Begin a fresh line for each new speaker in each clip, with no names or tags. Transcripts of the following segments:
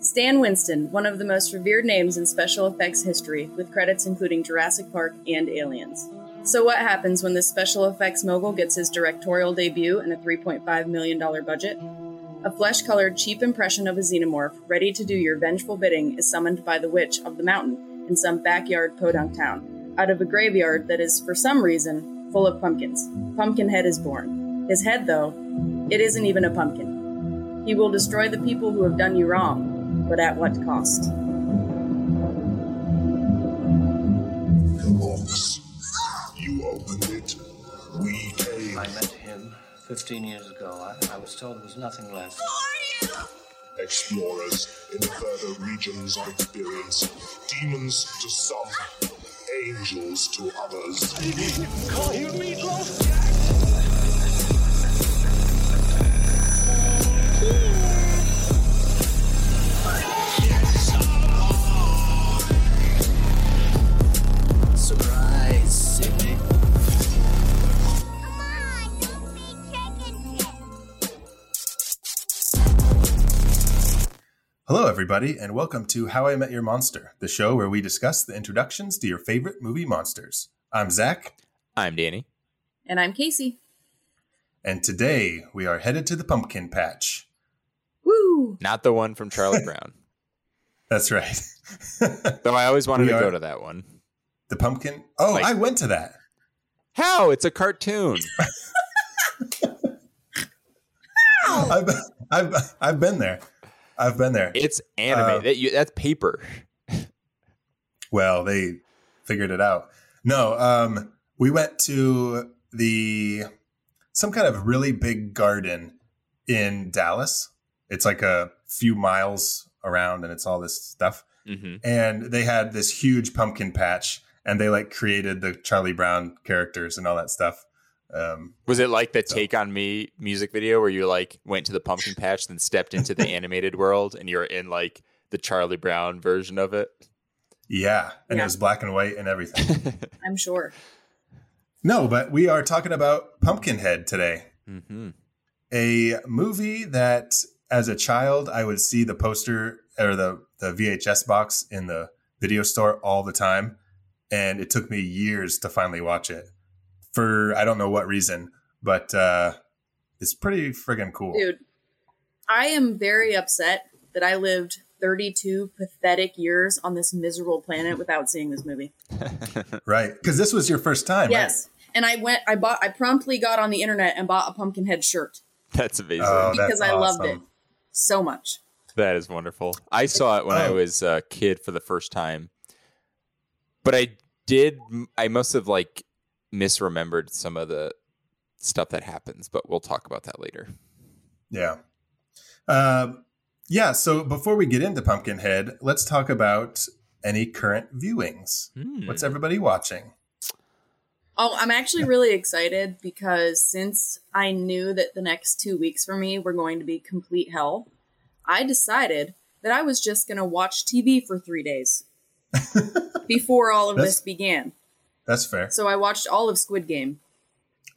Stan Winston, one of the most revered names in special effects history, with credits including Jurassic Park and Aliens. So, what happens when this special effects mogul gets his directorial debut and a $3.5 million budget? A flesh colored, cheap impression of a xenomorph ready to do your vengeful bidding is summoned by the witch of the mountain in some backyard podunk town, out of a graveyard that is, for some reason, full of pumpkins. Pumpkinhead is born. His head, though, it isn't even a pumpkin. He will destroy the people who have done you wrong, but at what cost?
The box. You opened it. We came.
I met him 15 years ago. I, I was told there was nothing left.
Who are you?
Explorers in further regions of experience. Demons to some, angels to others.
Call you meatloaf?
Surprise, Sydney.
Come on, don't be chicken shit.
Hello, everybody, and welcome to How I Met Your Monster, the show where we discuss the introductions to your favorite movie monsters. I'm Zach,
I'm Danny.
And I'm Casey.
and today we are headed to the pumpkin patch.
Woo!
Not the one from Charlie Brown.
That's right.
Though I always wanted
We
to
are-
go to that one.
the pumpkin. Oh,
Like-
I went to that.
How? It's a cartoon.
I've, I've, I've been there. I've been there.
It's anime.
Uh,
that you, that's paper.
well, they figured it out. No, um, we went to the some kind of really big garden in Dallas. It's like a few miles around, and it's all this stuff.
hmm
and they had this huge pumpkin patch and they like created the charlie brown characters and all that stuff um
Was it like the
So-
Take on Me music video where you like went to the pumpkin patch, then stepped into the animated world, and you're in like the Charlie Brown version of it?
yeah and
Yeah.
it was black and white and everything
I'm sure.
no but we are talking about pumpkinhead today
hmm
a movie that as a child i would see the poster or the the vhs box in the video store all the time and it took me years to finally watch it for i don't know what reason but uh it's pretty friggin' cool
Dude, I am very upset that I lived 32 pathetic years on this miserable planet without seeing this movie.
Right. Because this was your first time.
Yes. And I went, I bought, I promptly got on the internet and bought a Pumpkinhead shirt
That's amazing.
Right? Oh, that's
because I loved it
awesome.
so much.
That is wonderful. I saw it when I
Oh.
was a kid for the first time, but I did. I must have like misremembered some of the stuff that happens, but we'll talk about that later.
Yeah. Um, yeah. So before we get into Pumpkinhead, let's talk about any current viewings. What's
Hmm.
everybody watching?
Oh, I'm actually really excited because since I knew that the next two weeks for me were going to be complete hell, I decided that I was just going to watch TV for three days before all of
That's-
this began.
That's fair.
So I watched all of Squid Game.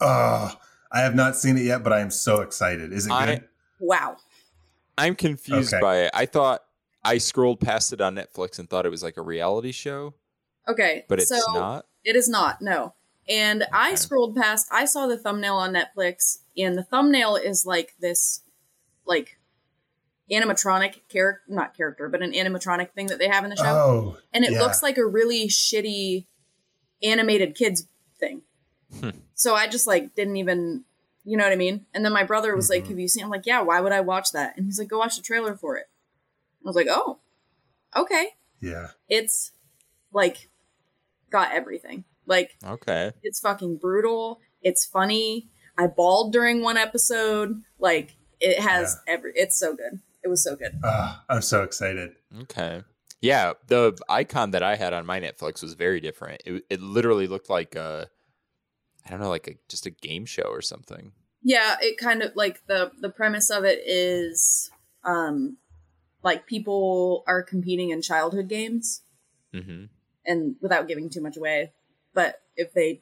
Oh, I have not seen it yet, but I am so excited. Is it
I-
good?
Wow.
I'm confused
Okay.
by it. I thought I scrolled past it on Netflix and thought it was like a reality show,
Okay.
but it's
so
not.
It is not, no. And I
Okay.
scrolled past, I saw the thumbnail on Netflix, and the thumbnail is like this, like, animatronic character, not character, but an animatronic thing that they have in the show.
Oh,
and it
yeah.
looks like a really shitty animated kids thing. So I just like didn't even, you know what I mean? And then my brother was like, "Have you seen?" I'm like, "Yeah." Why would I watch that? And he's like, "Go watch the trailer for it." I was like, "Oh, okay."
yeah.
It's like got everything. Like
Okay.
it's fucking brutal. It's funny. I bawled during one episode. Like it has every. It's so good. It was so good.
Ah, I'm so excited.
Okay. Yeah, the icon that I had on my Netflix was very different. It, it literally looked like a, I don't know, like a, just a game show or something.
yeah it kind of like the the premise of it is um like people are competing in childhood games
hmm
and without giving too much away but if they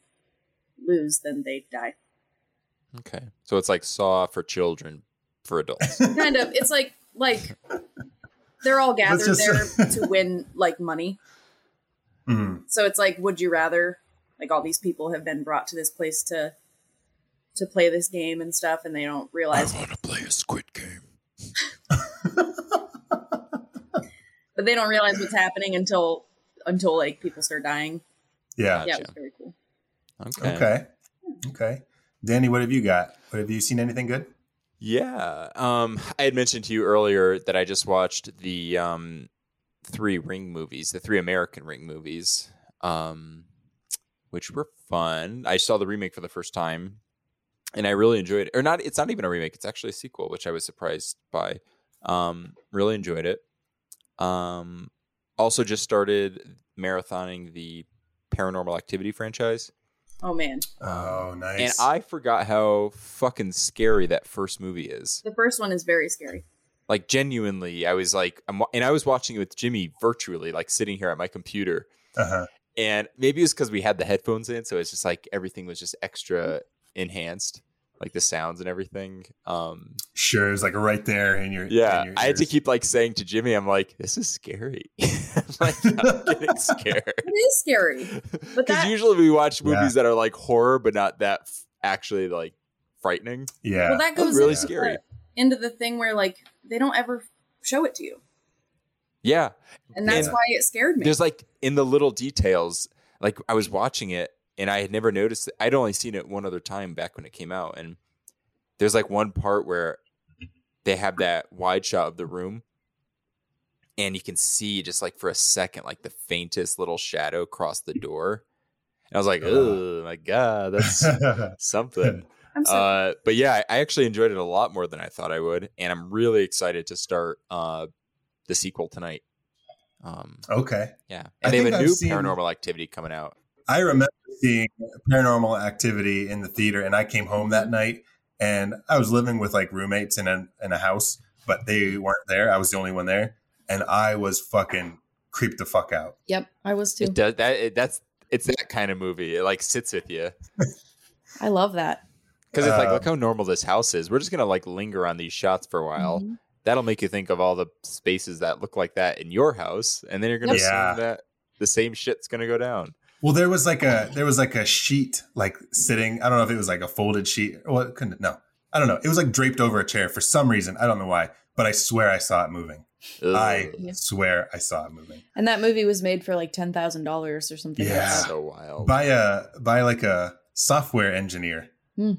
lose then they die
Okay. So it's like Saw for children, for adults.
kind of it's like like
they're all gathered
just-
there to win like money.
Mhm.
So it's like, would you rather? Like all these people have been brought to this place to to play this game and stuff, and they don't realize,
want to play a Squid Game.
but they don't realize what's happening until until like people start dying.
Yeah.
Yeah,
Gotcha.
it was very cool.
Okay.
Okay. Okay. Danny, what have you got? What have you seen anything good?
Yeah. Um, I had mentioned to you earlier that I just watched the um, three Ring movies, the three American Ring movies, um, which were fun. I saw the remake for the first time, and I really enjoyed it. Or not? It's not even a remake. It's actually a sequel, which I was surprised by. Um, really enjoyed it. Um, also, just started marathoning the Paranormal Activity franchise.
Oh man,
Oh, nice.
And I forgot how fucking scary that first movie is.
the first one is very scary.
Like genuinely, I was like, I'm, wa- and I was watching it with Jimmy virtually, like sitting here at my computer.
uh-huh.
And maybe it was because we had the headphones in, so it's just like everything was just extra enhanced, like the sounds and everything. Um,
Sure, it's like right there in your.
yeah,
in your
I had to
ears.
keep like saying to Jimmy, I'm like, this is scary. I'm like, I'm getting scared.
It is scary. But
Because
that-
usually we watch
Yeah.
movies that are like horror, but not that f- actually like frightening.
Yeah.
Well, that
That was
goes
really
into the-
scary.
into the thing where like they don't ever show it to you,
Yeah.
and that's
Yeah.
why it scared me.
There's like in the little details, like I was watching it and I had never noticed it. I'd only seen it one other time back when it came out. And there's like one part where they have that wide shot of the room and you can see just like for a second, like the faintest little shadow cross the door. And I was like,
Uh-huh.
Ugh.
oh my God, that's something.
I'm so
Uh, but yeah, I I actually enjoyed it a lot more than I thought I would. And I'm really excited to start uh, the sequel tonight. Um,
okay.
yeah,
I
and they have
think
a
I've
new
seen-
Paranormal Activity coming out.
I remember seeing paranormal activity in the theater, and I came home that night, and I was living with like roommates in a in a house, but they weren't there. I was the only one there, and I was fucking creeped the fuck out.
Yep, I was too.
It does that. It, that's it's that kind of movie. It like sits with you
I love that.
because it's like
Uh,
look how normal this house is. We're just gonna like linger on these shots for a while.
Mhm.
That'll make you think of all the spaces that look like that in your house, and then you're gonna
Yep. Yeah.
assume that the same shit's gonna go down.
Well, there was like a there was like a sheet like sitting. I don't know if it was like a folded sheet. Well, it couldn't no. I don't know. It was like draped over a chair for some reason. I don't know why, but I swear I saw it moving. I
Ugh,
Yeah.
swear I saw it moving.
And that movie was made for like ten thousand dollars or something. like
Yeah.
that.
so wild.
by a by like a software engineer.
Hmm.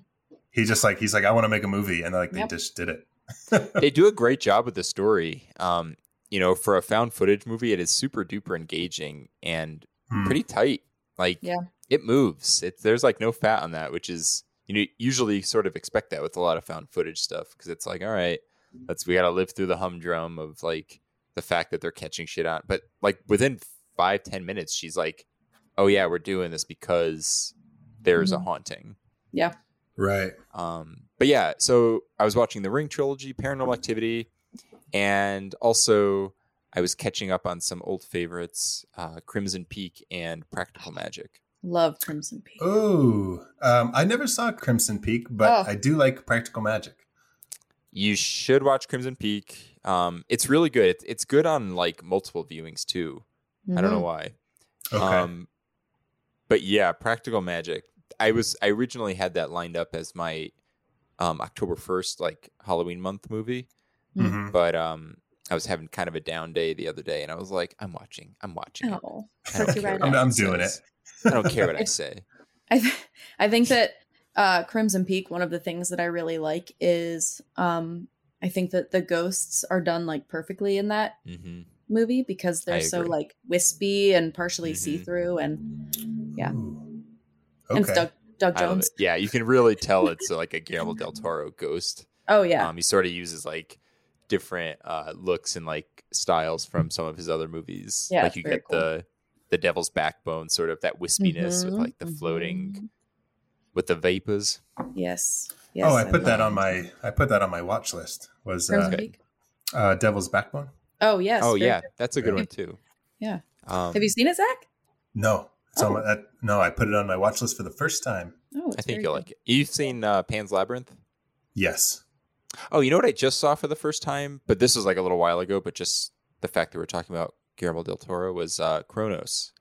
He just like he's like I want to make a movie, and like they
Yep.
just did it.
they do a great job with the story. Um, you know, for a found footage movie, it is super duper engaging and
Hmm.
pretty tight. Like
Yeah.
it moves. It's there's like no fat on that, which is you know usually sort of expect that with a lot of found footage stuff because it's like all right, that's we got to live through the humdrum of like the fact that they're catching shit on, but like within five ten minutes, she's like, oh yeah, we're doing this because there's a haunting.
right.
Um, but yeah, so I was watching the Ring trilogy, Paranormal Activity, and also I was catching up on some old favorites, uh, Crimson Peak and Practical Magic.
Love Crimson Peak.
Oh, um, I never saw Crimson Peak, but
Oh.
I do like Practical Magic.
You should watch Crimson Peak. Um, it's really good. It's, it's good on like multiple viewings too. I
Mm-hmm.
don't know why.
Okay.
Um, but yeah, Practical Magic. I was I originally had that lined up as my um, October first like Halloween month movie.
Hmm.
Mhm.
but um I was having kind of a down day the other day and I was like, I'm watching, I'm watching. it.
Oh,
I don't
freaked you
care
right
what
out.
I'm- I'm
anyone
doing
says.
it.
I don't care what I say.
I, th- I think that uh, Crimson Peak, one of the things that I really like is um, I think that the ghosts are done like perfectly in that
hmm
movie because
I
they're so
agree.
like wispy and partially
Mhm.
see through and, yeah.
Ooh.
and it's
Okay.
Doug, Doug
I love
Jones.
it. Yeah, you can really tell it's uh, like a Guillermo del Toro ghost.
Oh yeah.
Um, he sort of uses like different uh, looks and like styles from some of his other movies.
Yeah,
like
it's
you
very
get
cool.
the the Devil's Backbone, sort of that wispiness with
Mhm,
like the floating with the vapors.
mhm. Yes. Yes.
oh, I put
love
that
it.
on my I put that on my watch list. Was
Crimson
uh,
Okay.
Peak.
uh, Devil's Backbone?
Oh yes.
oh
very
yeah,
good.
that's a good
Yeah.
one too.
Yeah.
Um,
Have you seen it, Zach?
No, it's on
Oh.
my, that, no. I put it on my watch list for the first time.
Oh,
I
it's
think
very
you'll
good.
like it. You've seen uh, Pan's Labyrinth?
Yes.
Oh, you know what I just saw for the first time, but this was like a little while ago, but just the fact that we're talking about Guillermo del Toro was uh, Kronos.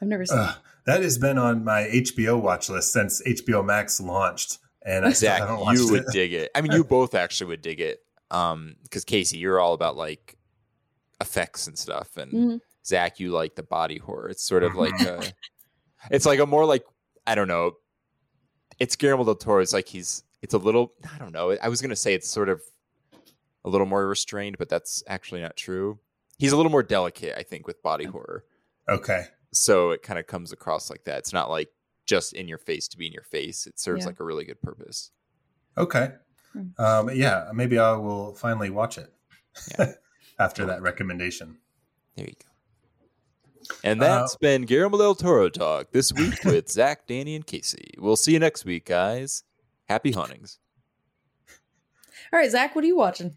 I've never seen.
Ugh, that has been on my HBO watch list since HBO Max launched, and I still
Zach,
haven't watched
you would
it.
dig it. I mean, you both actually would dig it. Um, because Casey, you're all about like effects and stuff, and
Mhm.
Zach, you like the body horror. It's sort of like a, it's like a more like I don't know. It's Guillermo del Toro. It's like he's. It's a little. I don't know. I was gonna say it's sort of a little more restrained, but that's actually not true. He's a little more delicate, I think, with body horror.
Okay,
So it kind of comes across like that. It's not like just in your face to be in your face. It serves
Yeah.
like a really good purpose.
okay,
Hmm.
um, yeah, maybe I will finally watch it
Yeah.
after that recommendation.
There you go. And
Uh,
that's been Guillermo del Toro talk this week with Zach, Danny, and Casey. We'll see you next week, guys. Happy hauntings.
All right, Zach, what are you watching?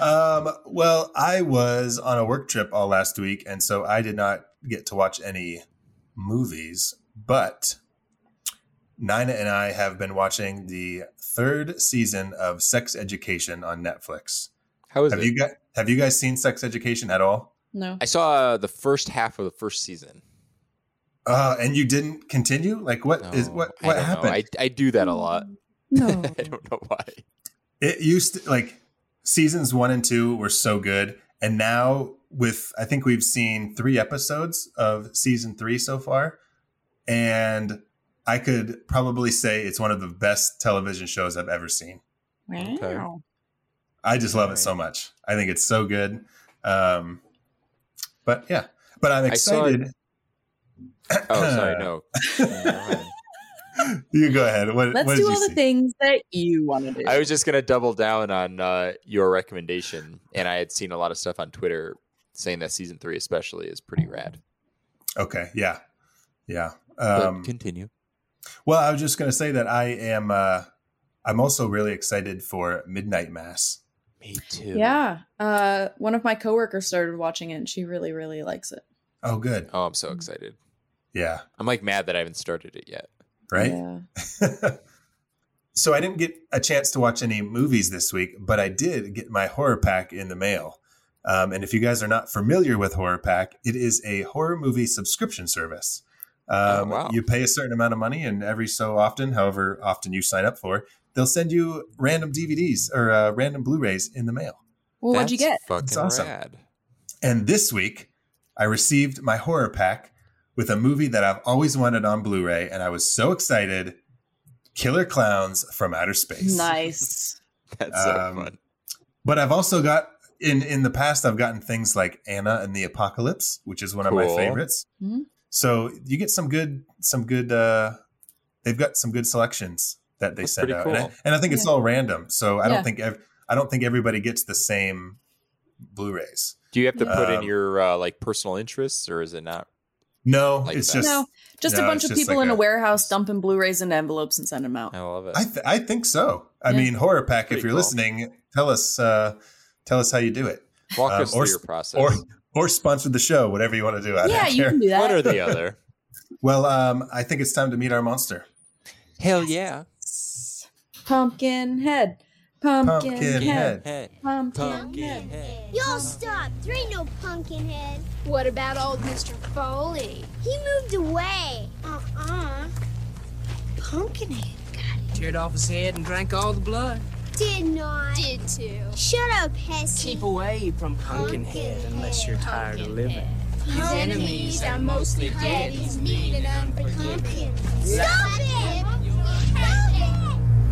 Um, well, I was on a work trip all last week, and so I did not get to watch any movies. But Nina and I have been watching the third season of Sex Education on Netflix.
How is
Have
it?
you guys Have you guys seen Sex Education at all?
No.
I saw uh, the first half of the first season.
Uh, and you didn't continue? Like what is
No,
what
Oh, I
what
don't know.
happened?
I, I do that a lot.
Mm-hmm. No.
I don't know why.
it used to, like seasons one and two were so good and now with i think we've seen three episodes of season three so far and i could probably say it's one of the best television shows i've ever seen
Wow.
i just love it so much i think it's so good um, but yeah but i'm
I saw it-
excited
Oh, sorry. No.
you go ahead what,
Let's
what did
do
you
all the
see?
things that you want to do.
I was just going to double down on uh, your recommendation. And I had seen a lot of stuff on Twitter saying that season three, especially, is pretty rad.
okay yeah yeah
But
um,
continue.
Well, I was just going to say that I am. Uh, I'm also really excited for Midnight Mass.
Me too.
yeah. Uh, one of my coworkers started watching it, and she really, really likes it.
Oh, good.
Oh, I'm
Mm.
so excited.
Yeah.
I'm like mad that I haven't started it yet.
Right.
Yeah.
so I didn't get a chance to watch any movies this week, but I did get my horror pack in the mail. Um, and if you guys are not familiar with Horror Pack, it is a horror movie subscription service. Um,
Oh, wow.
You pay a certain amount of money, and every so often, however often you sign up for, they'll send you random DVDs or uh, random Blu-rays in the mail.
Well, what'd you get?
That's Fucking
That's awesome.
rad.
And this week, I received my horror pack with a movie that I've always wanted on Blu ray, and I was so excited Killer Clowns from Outer Space.
Nice.
That's so
Um,
fun.
But I've also got, in, in the past, I've gotten things like Anna and the Apocalypse, which is one of my
Cool.
favorites.
Mhm.
So you get some good, some good, uh, they've got some good selections that they
That's
send
pretty
out. And, I,
cool.
and I think it's
Yeah.
all random. So I
Yeah.
don't think, ev- I don't think everybody gets the same Blu rays.
Do you have to put in
um,
your uh, like personal interests, or is it not?
No,
Like
it's
that.
just
no, just a
no,
bunch of
it's just
people
like
in a,
a-
warehouse dumping Blu-rays into envelopes and sending them out.
I love it.
I, th- I think so. I
Yeah.
mean, horror pack.
Pretty
If you're
cool.
listening, tell us uh, tell us how you do it,
Walk
um,
us
or
through your
s-
process.
or or sponsor the show, whatever you want to do. I
yeah,
don't
you
care.
can do
one or
that.
the other.
Well, um, I think it's time to meet our monster.
Hell yeah!
Pumpkin head. Pumpkin, head.
Pumpkin head.
Hey,
Pumpkin, head.
pumpkin head.
Y'all stop. There ain't no pumpkin head.
What about old Mr. Foley?
He moved away. Uh-uh.
Pumpkinhead
Teared off his head and drank all the blood.
Did not.
did too.
Shut up, Hesse.
Keep away from Pumpkinhead unless you're tired of living.
His
enemies are mostly dead. He's mean and
Pumpkin. Stop it!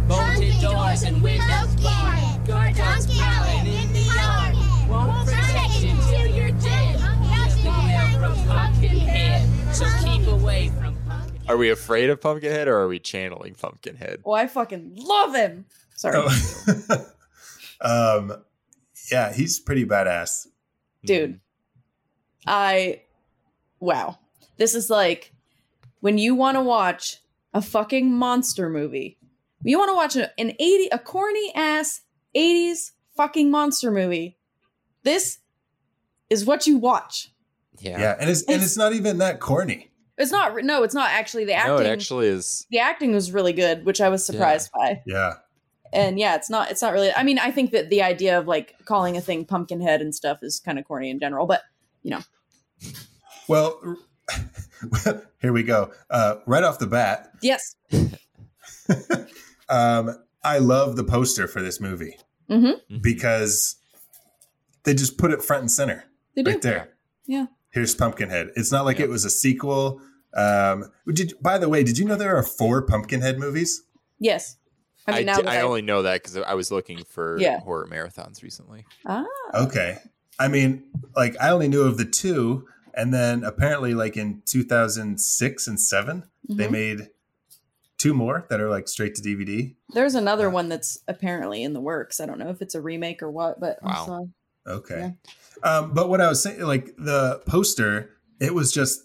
Bolted doors and windows
barred.
Guard dogs prowling in the yard. Won't protect you till you're dead. Nothing left from Pumpkinhead. So keep away from Pumpkinhead.
Are we afraid of Pumpkinhead, or are we channeling Pumpkinhead?
Oh, I fucking love him. Sorry,
Oh. um, yeah, he's pretty badass.
dude. I wow. This is like when you want to watch a fucking monster movie. You want to watch a- an 80 a corny ass 80s fucking monster movie. This is what you watch.
Yeah.
Yeah, and it's and it's not even that corny.
It's not no, it's not actually the
No,
acting.
it actually is.
the acting was really good, which I was surprised by.
Yeah,
and yeah, it's not it's not really. I mean, I think that the idea of like calling a thing Pumpkinhead and stuff is kind of corny in general, but
Well, here we go. Uh, right off the bat,
yes,
um, I love the poster for this movie
Mhm.
Mm-hmm.
because they just put it front and center
they do.
right there.
Yeah.
Here's Pumpkinhead. It's not like it was a sequel. Um, did by the way, did you know there are four Pumpkinhead movies?
Yes, I mean now
di-
that
I
I-
only know that because I was looking for
Yeah.
horror marathons recently.
ah,
Okay. I mean, like I only knew of the two, and then apparently, like in 2006 and 7 they
mhm.
made two more that are like straight to DVD.
there's another one that's apparently in the works. I don't know if it's a remake or what, but I
Wow.
saw-
Okay. Um, but what I was saying, like the poster, it was just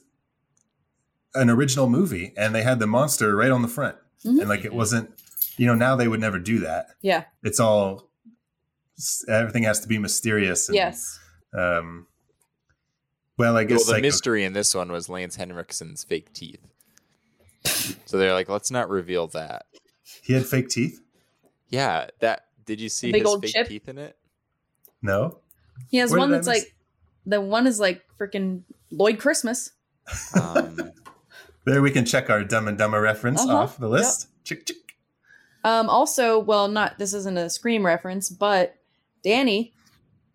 an original movie, and they had the monster right on the front,
Mhm.
and like it wasn't, you know, now they would never do that.
yeah,
It's all s- everything has to be mysterious. And,
yes,
Um, well, I
Well,
guess
the
like
mystery in this one was Lance Henriksen's fake teeth. so they're like, let's not reveal that.
he had fake teeth.
Yeah, that. Did you see
big
his
old
fake
chip?
teeth in it?
No.
he has
Where
one
did I
that's
miss-
like the one is like freaking Lloyd Christmas.
Um,
There we can check our Dumb and Dumber reference
Uh-huh.
off the list. Chick chick.
Um, also, well, not this isn't a scream reference, but Danny,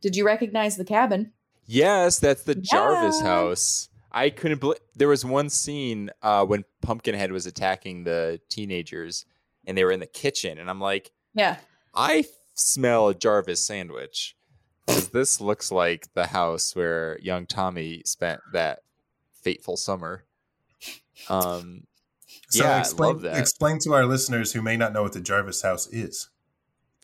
did you recognize the cabin?
yes, that's the Jarvis
Yeah.
house. I couldn't believe there was one scene uh, when Pumpkinhead was attacking the teenagers, and they were in the kitchen, and I'm like,
Yeah,
I f- smell a Jarvis sandwich. 'Cause This looks like the house where young Tommy spent that fateful summer. Um,
So
yeah,
explain,
I love that.
explain to our listeners who may not know what the Jarvis house is.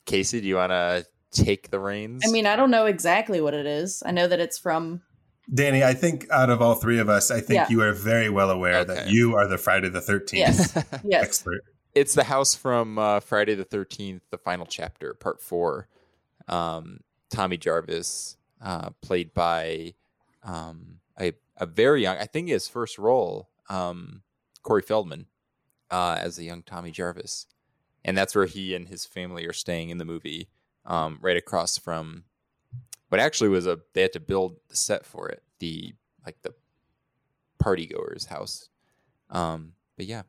Casey, do you want to take the reins?
I mean, I don't know exactly what it is. I know that it's from
Danny, I think out of all three of us, I think
Yeah.
you are very well aware that
Okay.
you are the Friday the 13th
yes, yes,
expert.
it's the house from uh, Friday the Thirteenth, the final chapter, part four. Um, Tommy Jarvis, uh, played by um, a a very young, I think his first role, um, Corey Feldman, uh, as a young Tommy Jarvis, and that's where he and his family are staying in the movie, um, right across from what actually was a they had to build the set for it, the like the partygoers' house. Um, but yeah.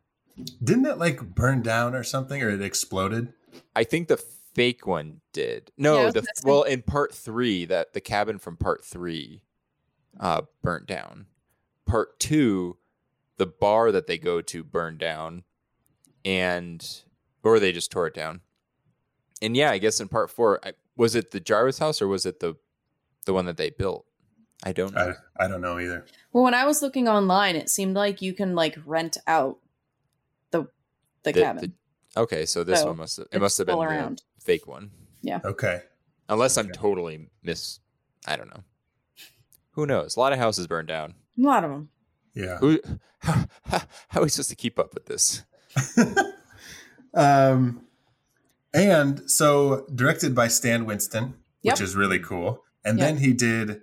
Didn't it like burn down or something or it exploded?
I think the fake one did.
I
No,
was
the
gonna say-
well in part three, that the cabin from part three uh burnt down. Part two, the bar that they go to burned down and or they just tore it down. And yeah, I guess in part four, I, was it the Jarvis house or was it the the one that they built? I don't know.
I, I don't know either.
Well, when I was looking online, it seemed like you can like rent out the the,
The-
cabin.
the- okay, so this
So,
one must have, it
it's
must have been
still
the
around.
fake one,
Okay.
unless I'm
Okay.
totally miss. I don't know. Who knows? A lot of houses burned down.
a lot of them.
Yeah.
Who, how, how, how are we supposed to keep up with this?
Um, and so directed by Stan Winston,
Yep.
which is really cool. And
Yeah.
then he did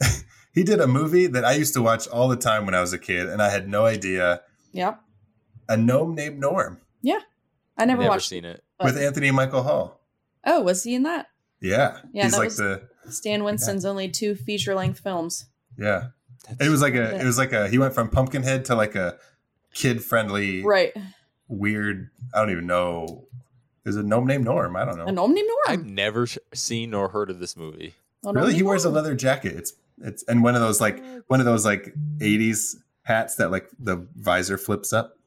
he did a movie that I used to watch all the time when I was a kid and I had no idea.
Yep.
A gnome named Norm
I never,
Never
watched.
seen it.
but-
with Anthony Michael Hall.
oh, was he in that?
Yeah.
Yeah,
He's
that
like
was-
the
Stan Winston's only two feature length films.
yeah. It was like a
Yeah.
it was like a he went from Pumpkinhead to like a kid friendly
Right.
weird I don't even know there's a gnome named Norm. I don't know.
An Omni Norm.
I've never sh- seen or heard of this movie.
An
Really?
Omni
He wears a
Norm.
leather jacket. It's it's and one of those like one of those like eighties hats that like the visor flips up.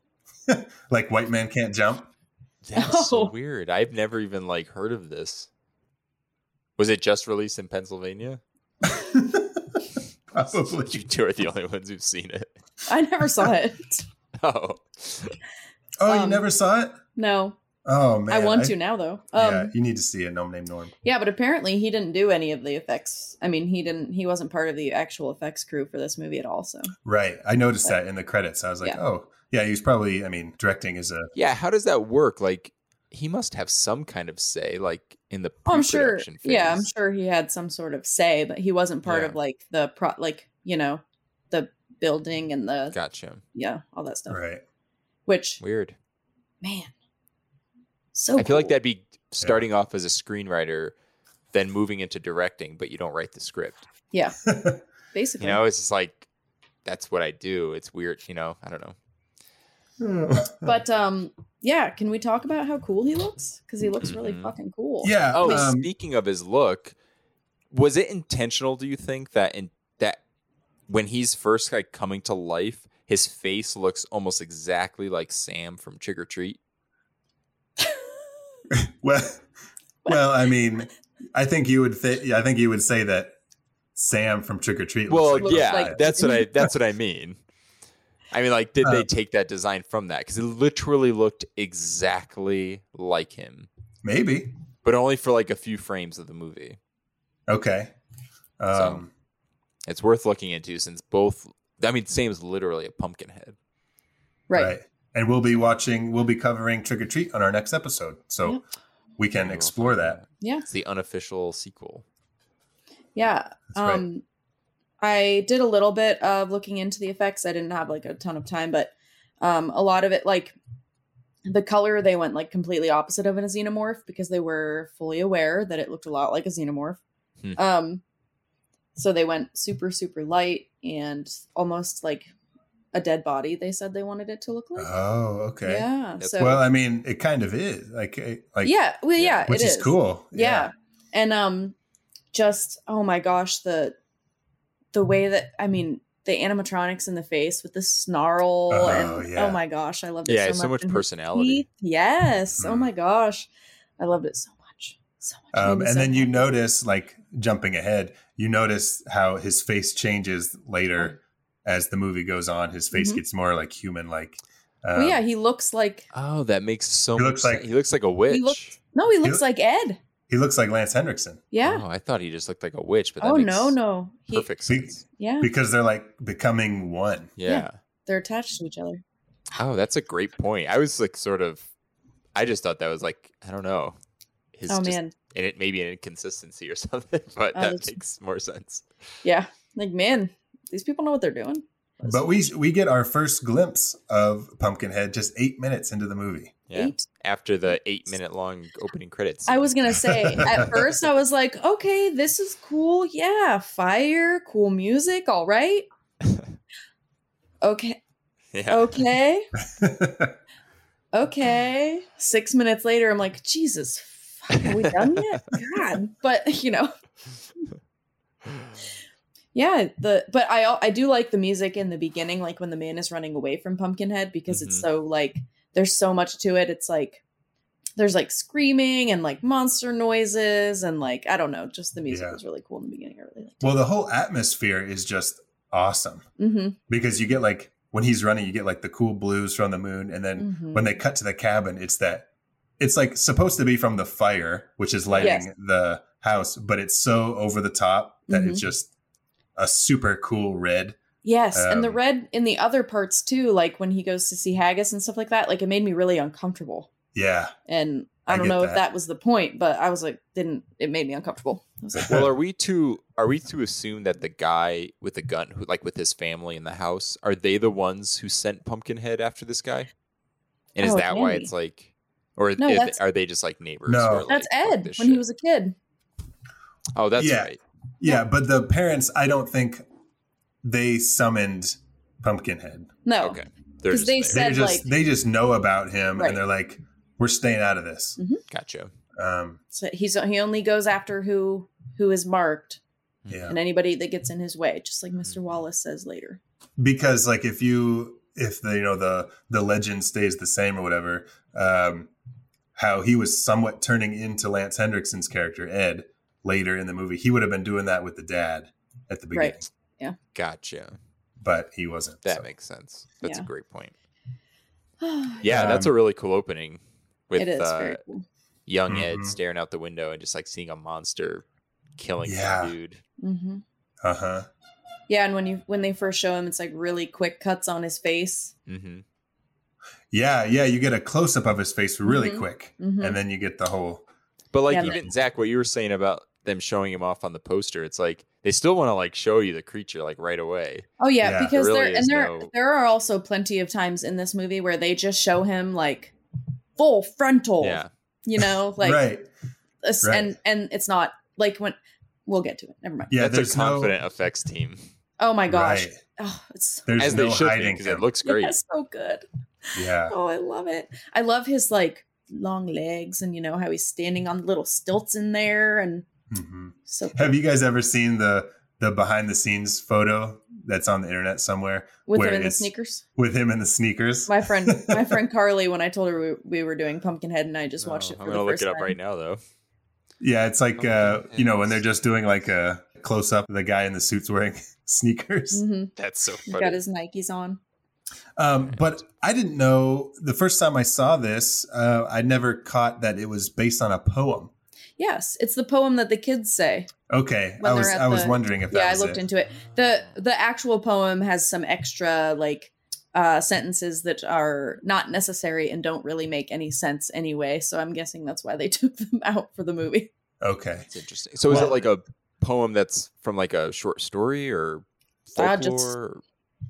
like white man can't jump.
That's so
Oh.
weird. I've never even like heard of this. Was it just released in Pennsylvania? You
Probably.
two are the only ones who've seen it.
I never saw it.
Oh,
Oh, you
Um,
never saw it?
No,
Oh man.
I want to now though. Um,
yeah, you need to see a gnome named Norm.
Yeah, but apparently he didn't do any of the effects. I mean, he didn't. He wasn't part of the actual effects crew for this movie at all. So
Right. I noticed that in the credits. I was like,
Yeah.
oh yeah, he was probably I mean, directing is a
yeah. How does that work? Like, he must have some kind of say, like in the
Oh, I'm sure.
pre-production Phase.
Yeah, I'm sure he had some sort of say, but he wasn't part
Yeah.
of like the pro, like you know, the building and the
Gotcha.
yeah, all that stuff.
right.
Which
Weird.
man, so
I feel like
Oh, cool.
that'd be starting off as a screenwriter, then moving into directing, but you don't write the script.
Yeah.
You
Basically.
know, it's just like that's what I do. It's weird, you know. I don't know.
But um yeah, can we talk about how cool he looks? Cuz he looks really
Mhm.
fucking cool.
yeah.
Oh,
um,
speaking of his look, was it intentional? Do you think that in that when he's first like coming to life, his face looks almost exactly like Sam from Trick or Treat?
well, well, I mean, I think you would. Th- I think you would say that Sam from Trick or Treat. looks
Well,
like
yeah,
like-
that's what I that's what I mean. I mean, like, did they take that design from that? Because it literally looked exactly like him,
maybe.
but only for like a few frames of the movie.
Okay. Um,
It's worth looking into since both. I mean, Sam's literally a pumpkin head.
Right.
And we'll be watching. We'll be covering Trick or Treat on our next episode, so
Yeah.
we can explore that.
Yeah.
It's the unofficial sequel.
Yeah.
That's right.
um I did a little bit of looking into the effects. I didn't have like a ton of time, but um a lot of it like the color they went like completely opposite of in a xenomorph because they were fully aware that it looked a lot like a xenomorph.
Hmm.
Um so they went super super light and almost like a dead body they said they wanted it to look like.
Oh, okay.
Yeah.
That's-
so
well, I mean, it kind of is like, it- like,
yeah, well,
yeah,
yeah,
which
it
is, cool.
yeah. and um just oh my gosh the the way that i mean the animatronics in the face with the snarl
Oh,
and
yeah.
oh my gosh i loved it
Yeah,
so
it's
much
so much
And her
personality.
teeth, yes oh
Mhm.
my gosh i loved it so much so much It
Um,
made me
and
so
then you
happy.
notice, like, jumping ahead, you notice how his face changes later as the movie goes on. His face
Mhm.
gets more like human, like. Um,
well, yeah he looks like
Oh, that makes so
He
much
looks
sense.
like-
he looks like a witch.
he looks no he looks
look-
like ed
He looks like Lance Hendrickson
yeah
Oh, I thought he just looked like a witch, but that
oh
makes
no no he
perfect
He-
sense.
yeah
because they're like becoming one.
Yeah.
they're attached to each other
Oh, that's a great point. I was like sort of I just thought that was like I don't know. His
oh
just-
man
and it may be an inconsistency or something, but
Oh,
that
that's-
makes more sense.
yeah like man these people know what they're doing
But we we get our first glimpse of Pumpkinhead just eight minutes into the movie.
Yeah.
Eight
After the eight minute long opening credits.
I was gonna say at first I was like, okay, this is cool. Yeah, fire, cool music. All right. Okay.
yeah.
Okay. Okay. Six minutes later, I'm like, Jesus, fuck, are we done yet? God. But you know, Oh. yeah. The but I al- I do like the music in the beginning, like when the man is running away from Pumpkinhead, because it's
Mhm.
so like there's so much to it. It's like there's like screaming and like monster noises and like I don't know, just the music
Yeah.
was really cool in the beginning. I really liked
Well, the whole atmosphere is just awesome
it. Mm-hmm.
because you get like when he's running, you get like the cool blues from the moon, and then
mm-hmm.
when they cut to the cabin, it's that it's like supposed to be from the fire, which is lighting
Yes.
the house, but it's so over the top that it's
Mm-hmm.
just a super cool red.
Yes, and the
Um,
red in the other parts too, like when he goes to see Haggis and stuff like that, like it made me really uncomfortable.
Yeah.
And I,
I
don't
get
know if
that.
that was the point, but I was like, didn't it made me uncomfortable? I was like,
well, are we to are we to assume that the guy with the gun, who like with his family in the house, are they the ones who sent Pumpkinhead after this guy? And is
Oh, it
that
can
why
be.
it's like, or
No,
if-
that's-
are they just like neighbors?
No.
who are
that's
like, "Fuck
Ed when
this
he
shit."
was a kid.
Oh, that's
Yeah.
right.
Yeah, but the parents, I don't think they summoned Pumpkinhead.
No,
Okay,
Oh.
They're
'Cause
just
they
They
there.
said-
just
like-
they just know about him
Right.
and they're like, We're staying out of this.
gotcha.
Um
so he's he only goes after who who is marked
Mm-hmm.
yeah.
and anybody that gets in his way, just like Mr. Wallace says later.
because like if you if the you know the the legend stays the same or whatever um how he was somewhat turning into lance hendrickson's character ed later in the movie he would have been doing that with the dad at the beginning
Right.
Gotcha.
but he wasn't
That
so.
makes sense. That's
Yeah.
a great point.
it
Yeah, that's
Um,
a really cool opening with
is
uh,
very cool.
young
Mhm.
Ed staring out the window and just like seeing a monster killing some
Yeah.
dude.
Mm-hmm.
uh-huh
Yeah, and when you when they first show him, it's like really quick cuts on his face.
hmm
yeah yeah you get a close-up of his face really
Mhm.
quick
Mhm.
and then you get the whole
But like
Yeah,
even Zach, what you were saying about them showing him off on the poster, it's like they still want to like show you the creature like right away.
Oh yeah,
Yeah.
because
There
there
really
and
is
there
no-
there are also plenty of times in this movie where they just show him like full frontal.
Yeah,
you know, like
right.
us-
right.
and and it's not like when we'll get to it. Never mind.
Yeah,
That's
there's
a
no,
confident effects team,
Oh my gosh.
Right.
Oh, it's
There's
as
no
they should
hiding
because
him.
it looks
yeah,
great.
so good.
yeah.
Oh, I love it. I love his like long legs and you know how he's standing on little stilts in there and
hmm
so
Have you guys ever seen the the behind the scenes photo that's on the internet somewhere
with
Where
him in the
it's-
sneakers.
with him in the sneakers?
My friend, my friend Carly, when I told her we, we were doing Pumpkinhead, and I just watched
No,
it. For
I'm gonna
the
look
first
it up
time.
right now though.
Yeah, it's like
Oh,
uh, you know when
yes.
they're just doing like a close up of the guy in the suits wearing sneakers.
Mhm.
That's so
He's
funny.
got his Nikes on.
Um, but I didn't know the first time I saw this. Uh, I never caught that it was based on a poem.
Yes, it's the poem that the kids say.
Okay,
When
I
they're
was
at
I was
the-
wondering if that
yeah, I
was
looked
it.
into it. the The actual poem has some extra like uh sentences that are not necessary and don't really make any sense anyway. So I'm guessing that's why they took them out for the movie.
okay,
It's interesting. So is it
Well-
like a poem that's from like a short story or
I Ah, just-
folklore?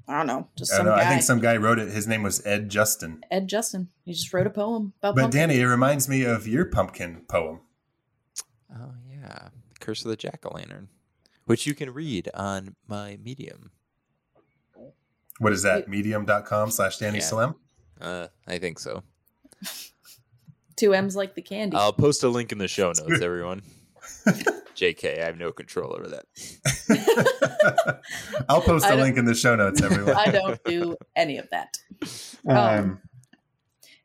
I don't know, just
I,
some
don't know.
guy.
I think some guy wrote it. His name was Ed Justin.
Ed Justin, he just wrote a poem about.
But
pumpkin.
Danny, it reminds me of your pumpkin poem.
Oh yeah, Curse of the Jack O' Lantern, which you can read on my Medium.
What is that? Medium.com slash Danny
Yeah.
Salem?
Uh, I think so.
two M's like the candy.
I'll post a link in the show notes, everyone. JK, I have no control over that.
I'll post
I
a
don't-
link in the show notes, everyone.
I don't do any of that.
Um,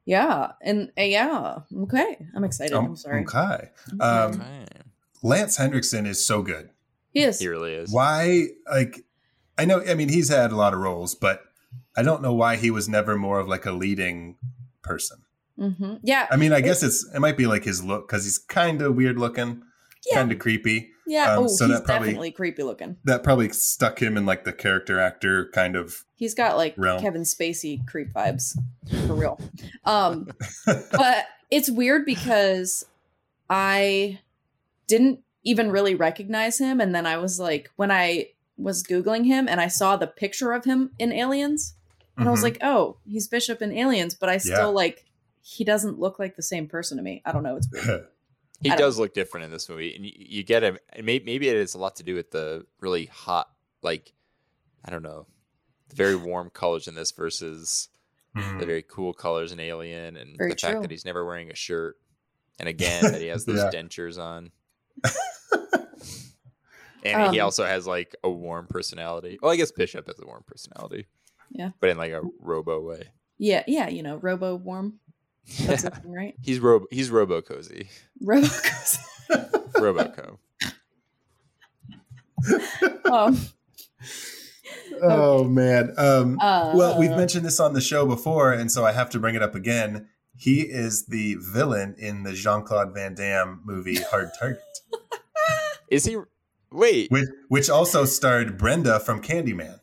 Yeah, and uh, yeah, okay. I'm excited. I'm sorry.
Oh, Okay. Um,
Okay.
Lance Hendrickson is so good.
Yes,
He really is.
Why, like, I know, I mean, he's had a lot of roles, but I don't know why he was never more of like a leading person.
hmm yeah,
I mean, I guess it's it might be like his look because he's kind of weird looking,
yeah,
kind of creepy.
yeah.
um,
oh,
so
he's
that probably-
definitely creepy looking.
That probably stuck him in like the character actor kind of.
He's got like
Realm.
Kevin Spacey creep vibes for real. um, but it's weird because I didn't even really recognize him, and then I was like, when I was googling him and I saw the picture of him in Aliens, and I was
Mhm.
like, oh, he's Bishop in Aliens, but I still
Yeah.
like he doesn't look like the same person to me. I don't know. It's weird.
He
I don't-
does look different in this movie, and you, you get him. And may, maybe it has a lot to do with the really hot, like I don't know, the very warm colors in this versus the
Mm.
very cool colors in Alien, and
Very
the fact
true.
that he's never wearing a shirt, and again that he has those
Yeah.
dentures on. and he
Um,
also has like a warm personality. Well, I guess Bishop has a warm personality.
Yeah.
but in like a robo way.
Yeah, yeah, you know, Robo Warm. That's a thing, right?
he's robo. He's robo cozy.
Robo
Roboco.
um,
Oh man. Um,
uh,
well, we've mentioned this on the show before, and so I have to bring it up again. He is the villain in the Jean Claude Van Damme movie Hard Target,
Is he? Wait,
which which also starred Brenda from Candyman.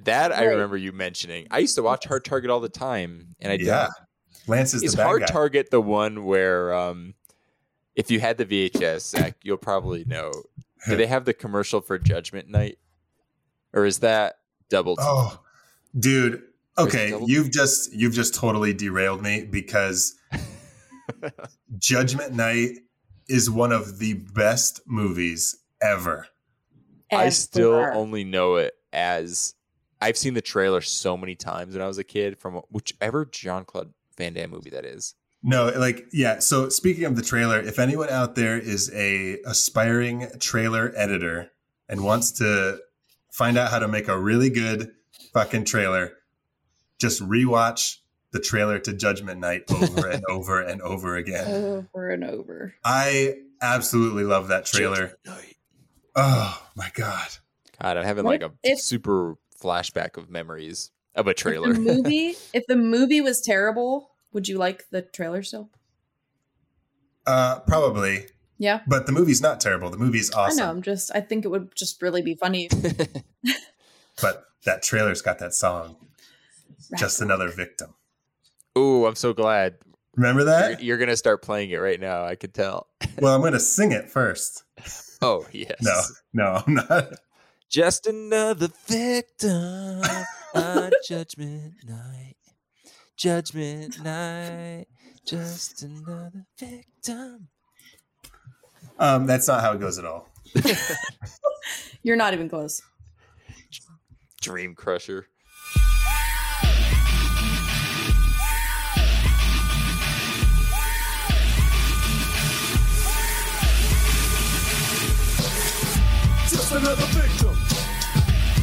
That I
Right.
remember you mentioning. I used to watch Hard Target all the time, and I
Yeah,
don't.
Lance is,
Is
the bad
Hard
guy.
Target the one where, um, if you had the VHS, Zach, you'll probably know. Do they have the commercial for Judgment Night, or is that Double Team?
Oh, dude.
is it
Okay,
double-
you've just you've just totally derailed me because Judgment Night is one of the best movies ever.
I still
ever.
only know it as I've seen the trailer so many times when I was a kid from whichever Jean Claude Van Damme movie that is.
No, like yeah. So speaking of the trailer, if anyone out there is a aspiring trailer editor and wants to find out how to make a really good fucking trailer, just rewatch the trailer to Judgment Night over and over and over again.
over and over.
I absolutely love that trailer.
Judgment Night.
Oh my god.
God, I'm having
What
like a
if-
super flashback of memories of a
If
trailer.
the movie, if the movie was terrible, would you like the trailer still?
Uh, probably.
Yeah.
But the movie's not terrible. The movie's
I know. I'm
awesome.
just. I think it would just really be funny.
But that trailer's got that song. Just another victim.
Ooh, I'm so glad.
Remember
You're,
that?
you're gonna start playing it right now. I could tell.
Well, I'm gonna sing it first.
Oh yes.
No, no, I'm not.
Just another victim on Judgment Night. Judgment night, just another victim.
Um, that's not how it goes at all.
You're not even close.
Dream Crusher.
Just another victim.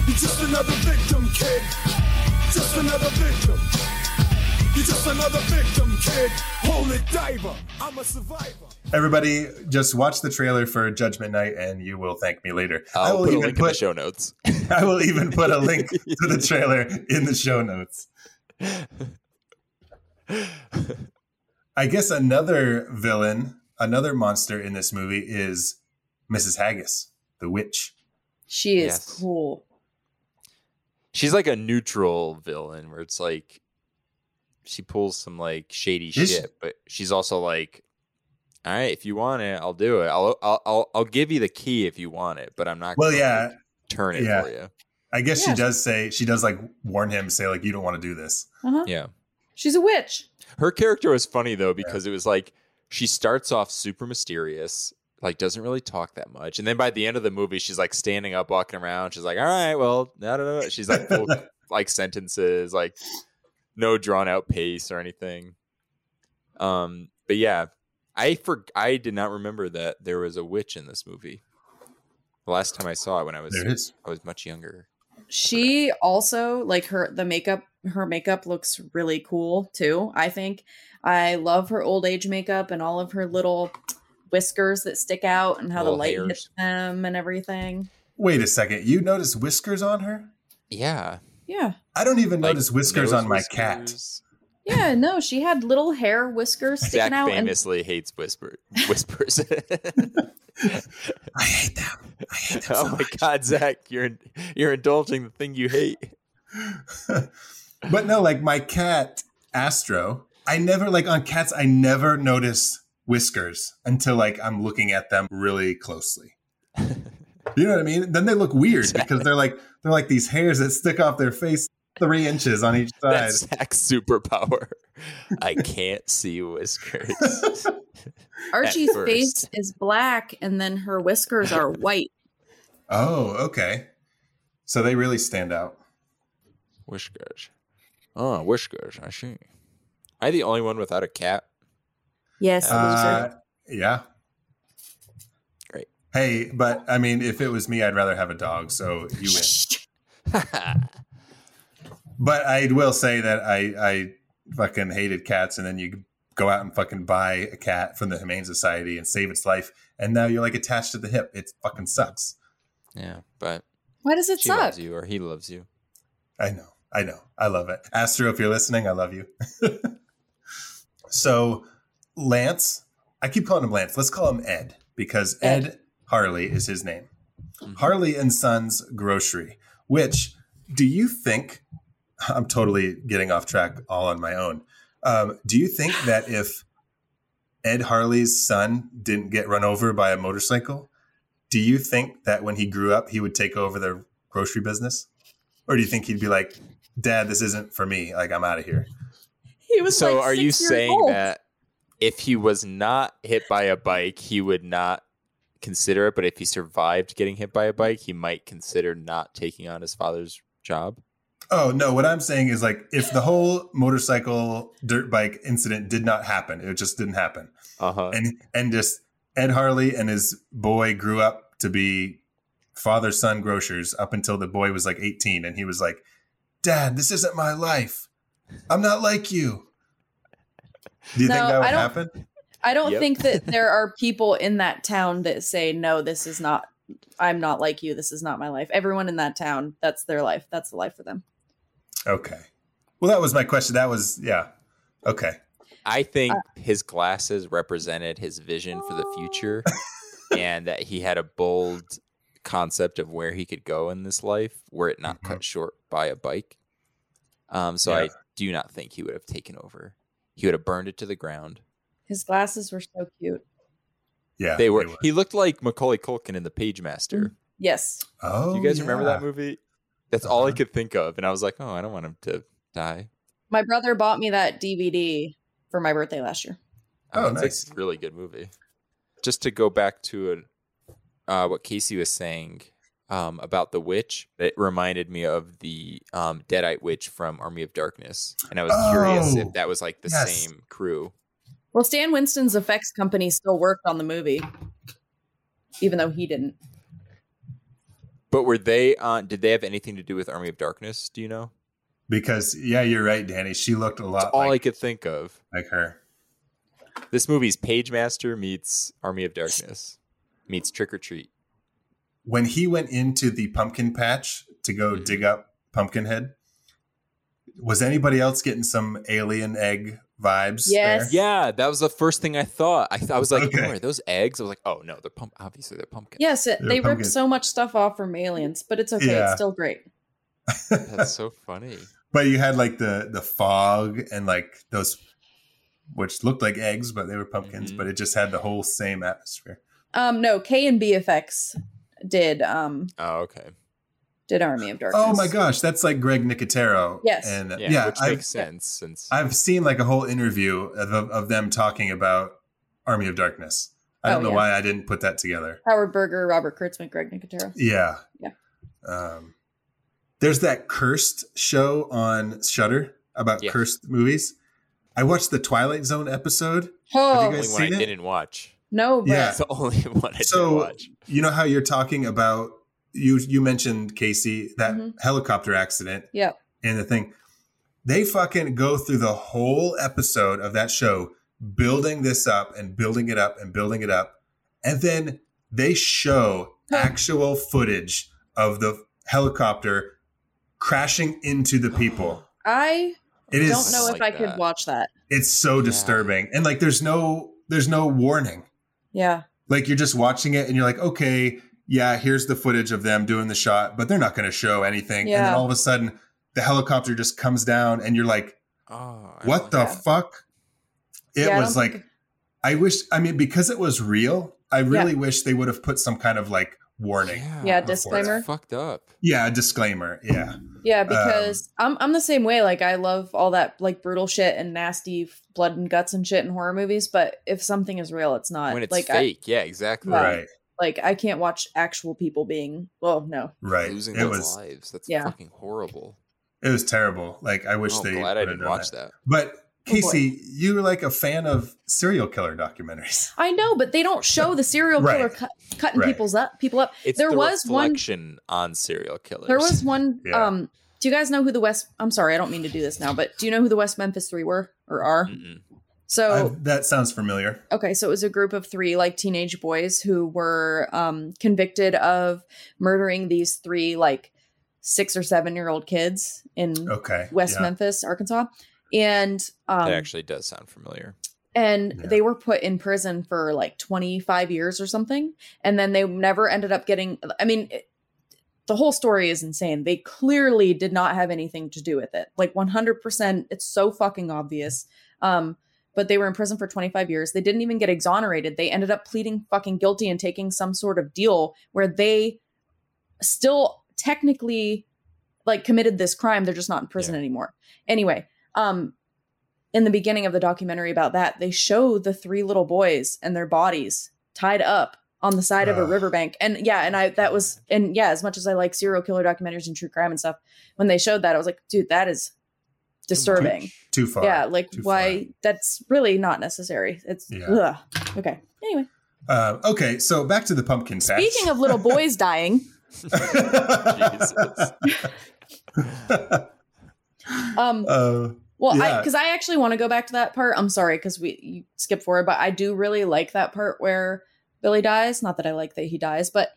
You're just another victim, kid. Just another victim. You're just another victim, kid. Holy diver, I'm a survivor.
Everybody, just watch the trailer for Judgment Night, and you will thank me later. I
I'll
will
put a
even
link in the
put
show notes.
I will even put a link to the trailer in the show notes. I guess another villain, another monster in this movie is Mrs. Haggis, the witch.
She is
Yes.
cool.
She's like a neutral villain where it's like she pulls some like shady
Is she-
shit, but she's also like, all right, if you want it, I'll do it. I'll I'll I'll, I'll give you the key if you want it, but I'm not.
Well,
gonna,
yeah,
like, turn it
yeah.
for you.
I guess
Yeah.
she does say she does like warn him, say like you don't want to do this.
Uh-huh.
Yeah.
She's a witch.
Her character was funny though because it was like she starts off super mysterious, like doesn't really talk that much, and then by the end of the movie, she's like standing up, walking around. She's like, "All right, well, no, no, no." She's like full like sentences, like no drawn out pace or anything. Um, but yeah, I for I did not remember that there was a witch in this movie. The last time I saw it when I was
There it is.
I was much younger.
She also like her the makeup her makeup looks really cool too, I think. I love her old age makeup and all of her little whiskers that stick out and how the
Little
light
hairs.
hits them and everything.
Wait a second, you notice whiskers on her?
Yeah,
Yeah.
I don't even
like,
notice whiskers
nose
on my cat.
whiskers.
Yeah, no, she had little hair whiskers sticking
Zach
out and
famously hates whisper whispers.
I hate them. I hate them so
oh my god, Zach, you're you're indulging the thing you hate.
but no, like my cat Astro, I never like on cats. I never notice whiskers until like I'm looking at them really closely. You know what I mean? Then they look weird because they're like they're like these hairs that stick off their face three inches on each side.
That's Zach's superpower. I can't see whiskers.
Archie's
at first.
face is black and then her whiskers are white.
Oh, okay. So they really stand out.
whiskers. Oh, whiskers. I see. Am I the only one without a cat?
Yes,
Uh, yeah.
Great.
Hey, but I mean, if it was me, I'd rather have a dog. So you win. But I will say that I I fucking hated cats, and then you go out and fucking buy a cat from the Humane Society and save its life, and now you're like attached to the hip. It fucking sucks.
yeah, but
Why does it
she
suck?
loves you or he loves you.
I know, I know, I love it. Astro, if you're listening, I love you. so, Lance, I keep calling him Lance. Let's call him Ed because Ed, Harley is his name. Harley and Sons Grocery. Which do you think? I'm totally getting off track all on my own. Um, do you think that if Ed Harley's son didn't get run over by a motorcycle, do you think that when he grew up, he would take over the grocery business? Or do you think he'd be like, Dad, this isn't for me. Like, I'm out of here.
He was
So
like
are you
six years
saying
old.
that if he was not hit by a bike, he would not consider it, but if he survived getting hit by a bike, he might consider not taking on his father's job?
Oh, no. What I'm saying is, like, if the whole motorcycle dirt bike incident did not happen, it just didn't happen.
Uh-huh.
And, and just Ed Harley and his boy grew up to be father son grocers up until the boy was like 18. And he was like, Dad, this isn't my life. I'm not like you. Do you
No,
think that would
I don't-
happen?
I don't
Yep.
think that there are people in that town that say, no, this is not, I'm not like you. This is not my life. Everyone in that town, that's their life. That's the life for them.
Okay. Well, that was my question. That was, yeah. Okay.
I think
Uh,
his glasses represented his vision for the future and that he had a bold concept of where he could go in this life were it not cut short by a bike. Um, so I
Yeah.
do not think he would have taken over. He would have burned it to the ground.
His glasses were so cute.
Yeah.
They were. He looked like Macaulay Culkin in The Page Master.
Yes.
Oh,
Do you guys remember
yeah.
that movie? That's all I
Uh-huh.
could think of, and I was like, "Oh, I don't want him to die."
My brother bought me that DVD for my birthday last year.
I
Oh,
mean, it's a really good movie. Just to go back to it, uh, what Casey was saying um, about the witch, it reminded me of the um, Deadite witch from Army of Darkness, and I was curious
Oh,
if that was like the
yes.
same crew.
Well, Stan Winston's effects company still worked on the movie, even though he didn't.
But were they? Uh, did they have anything to do with Army of Darkness? Do you know?
Because yeah, you're right, Danny. She looked a
That's
lot
all I
Uh, like,
could think of.
like her.
This movie's Page Master meets Army of Darkness meets Trick or Treat.
When he went into the pumpkin patch to go
Mm-hmm.
dig up Pumpkinhead, was anybody else getting some alien egg vibes?
Yes.
there?
Yeah, that was the first thing I thought. I, th- I was like,
Okay.
oh, are those eggs? I was like, oh no, they're pump. Obviously, they're pumpkins.
Yes, it,
They're
they ripped
pumpkins.
so much stuff off from Aliens, but it's okay.
Yeah.
It's still great.
That's so funny.
But you had like the the fog and like those, which looked like eggs, but they were pumpkins.
Mhm.
But it just had the whole same atmosphere.
Um, no, K and B effects did um
Oh, okay.
did Army of Darkness.
Oh my gosh, that's like Greg Nicotero.
Yes.
and
Yeah,
Uh, yeah,
which
I've,
makes sense since
I've seen like a whole interview of, of, of them talking about Army of Darkness. I don't
Oh,
know
yeah.
why I didn't put that together.
Howard Berger, Robert Kurtzman, Greg Nicotero.
Yeah.
Yeah.
Um, there's that cursed show on Shutter about
Yes.
cursed movies. I watched the Twilight Zone episode.
Oh
you
the
guys
only one I
seen it?
didn't watch.
no, but
Yeah.
It's the only one I
So-
didn't watch.
You know how you're talking about you you mentioned Casey that
Mhm.
helicopter accident.
Yep.
And the thing they fucking go through the whole episode of that show building this up and building it up and building it up and then they show actual footage of the helicopter crashing into the people.
I
It is
don't know if
like
I could
that.
watch that.
it's so disturbing. And like there's no there's no warning
Yeah.
like you're just watching it and you're like okay yeah here's the footage of them doing the shot but they're not going to show anything and then
Yeah.
all of a sudden the helicopter just comes down and you're like
Oh, I
what
don't
the
like that.
fuck it
Yeah, I
was
don't
like
think-
i wish i mean because it was real i really wish they would have put some kind of like warning yeah,
Yeah,
Yeah,
that's
disclaimer.
fucked up.
a disclaimer yeah
Yeah, because I'm I'm the same way. Like I love all that like brutal shit and nasty f- blood and guts and shit in horror movies, but if something is real, it's not.
when it's
like
fake, yeah, exactly.
Right. I
right
like I can't watch actual people being well, no.
right
Losing
it
those
was
lives. That's
Yeah.
fucking horrible.
it was terrible like i wish
Oh,
they
I'm glad I
would've
didn't
done
watch
that.
that.
but
Oh, boy.
casey you were like a fan of serial killer documentaries
I know, but they don't show the serial
Right.
killer cut, cutting
Right.
people's up people up.
It's
there
the
was one
reflection on serial killers.
there was one
Yeah.
um do you guys know who the West I'm sorry, I don't mean to do this now, but do you know who the West Memphis 3 were or are?
Mm-mm.
So
Mm. I've- that sounds familiar
okay so it was a group of three like teenage boys who were um, convicted of murdering these three like six or seven year old kids in
okay
west
Oh, yeah.
memphis arkansas and um,
that actually does sound familiar.
and
Yeah.
they were put in prison for like 25 years or something and then they never ended up getting i mean it, the whole story is insane they clearly did not have anything to do with it like 100% it's so fucking obvious um but they were in prison for 25 years they didn't even get exonerated they ended up pleading fucking guilty and taking some sort of deal where they still technically like committed this crime they're just not in prison
Yeah.
anymore anyway um in the beginning of the documentary about that, they show the three little boys and their bodies tied up on the side of a
Ugh.
riverbank. And yeah, and I that was and yeah, as much as I like serial killer documentaries and true crime and stuff, when they showed that, I was like, dude, that is disturbing.
too far
Yeah, like
Too
why that's really not necessary. It's
Yeah.
ugh. okay. Anyway,
Uh, okay, so back to the pumpkin patch.
speaking of little boys dying,
Jesus.
um
Uh,
Well, I
Yeah.
because I actually want to go back to that part. I'm sorry because we you skipped forward, but I do really like that part where Billy dies. Not that I like that he dies, but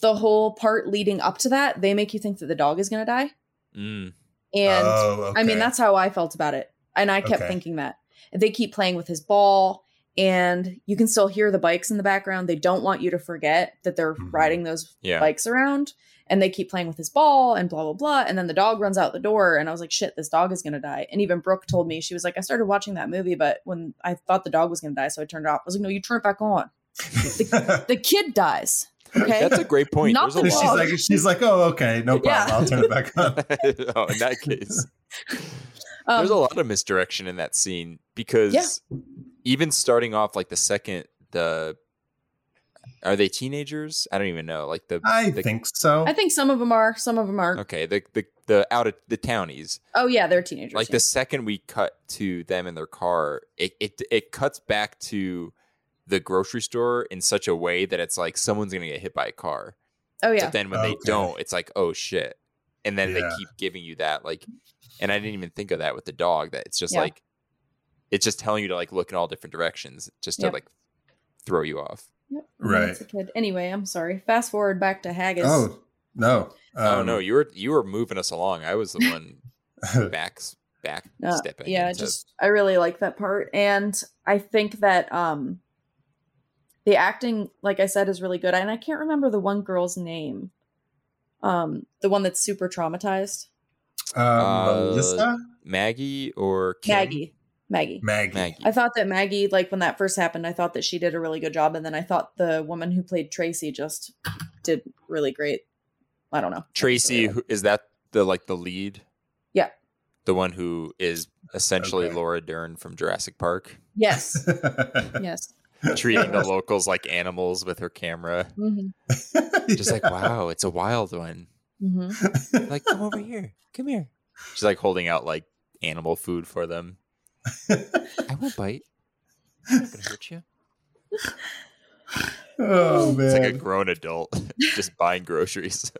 the whole part leading up to that, they make you think that the dog is going to die,
Mm.
and
oh,
I mean
okay.
that's how I felt about it, and I kept
Okay.
thinking that they keep playing with his ball, and you can still hear the bikes in the background. They don't want you to forget that they're
Mhm.
riding those
Yeah.
bikes around and they keep playing with his ball and blah blah blah and then the dog runs out the door and i was like shit this dog is gonna die and even brooke told me she was like i started watching that movie but when i thought the dog was gonna die so i turned it off i was like no you turn it back on the kid dies okay
That's a great point.
Not
There's a
the
she's
lot.
like, she's like, oh, okay, no problem.
Yeah.
I'll turn it back on.
oh, in that case,
Um,
There's a lot of misdirection in that scene because even starting off like the second the are they teenagers? I don't even know. Like the
I
the,
think so.
I think some of them are. Some of them are.
okay the the the out of the townies.
Oh yeah, they're teenagers.
Like
yeah.
the second we cut to them in their car, it it it cuts back to the grocery store in such a way that it's like someone's gonna get hit by a car.
Oh yeah.
But then when they
Okay.
don't, it's like, oh shit. And then
Yeah.
they keep giving you that like and I didn't even think of that with the dog that it's just
Yeah.
like it's just telling you to like look in all different directions just to
Yep.
like throw you off.
Yep,
Right.
that's a kid. Anyway, I'm sorry. Fast forward back to Haggis.
oh no! Um,
oh no, you were you were moving us along. I was the one
no!
back back
Uh,
stepping.
yeah,
into-
just I really like that part, and I think that um, the acting, like I said, is really good. And I can't remember the one girl's name, um, the one that's super traumatized,
um,
Uh,
Melissa,
Maggie or Kim?
Maggie. Maggie.
Maggie.
Maggie.
I thought that Maggie, like when that first happened, I thought that she did a really good job, and then I thought the woman who played Tracy just did really great. I don't know.
Tracy who, is that the like the lead?
Yeah.
The one who is essentially
Okay.
Laura Dern from Jurassic Park.
Yes. yes.
treating the locals like animals with her camera.
hmm
Just like, wow, it's a wild one.
hmm
Like, come over here. Come here. She's like holding out like animal food for them. I won't bite. I'm not gonna hurt you.
oh man!
It's like a grown adult just buying groceries.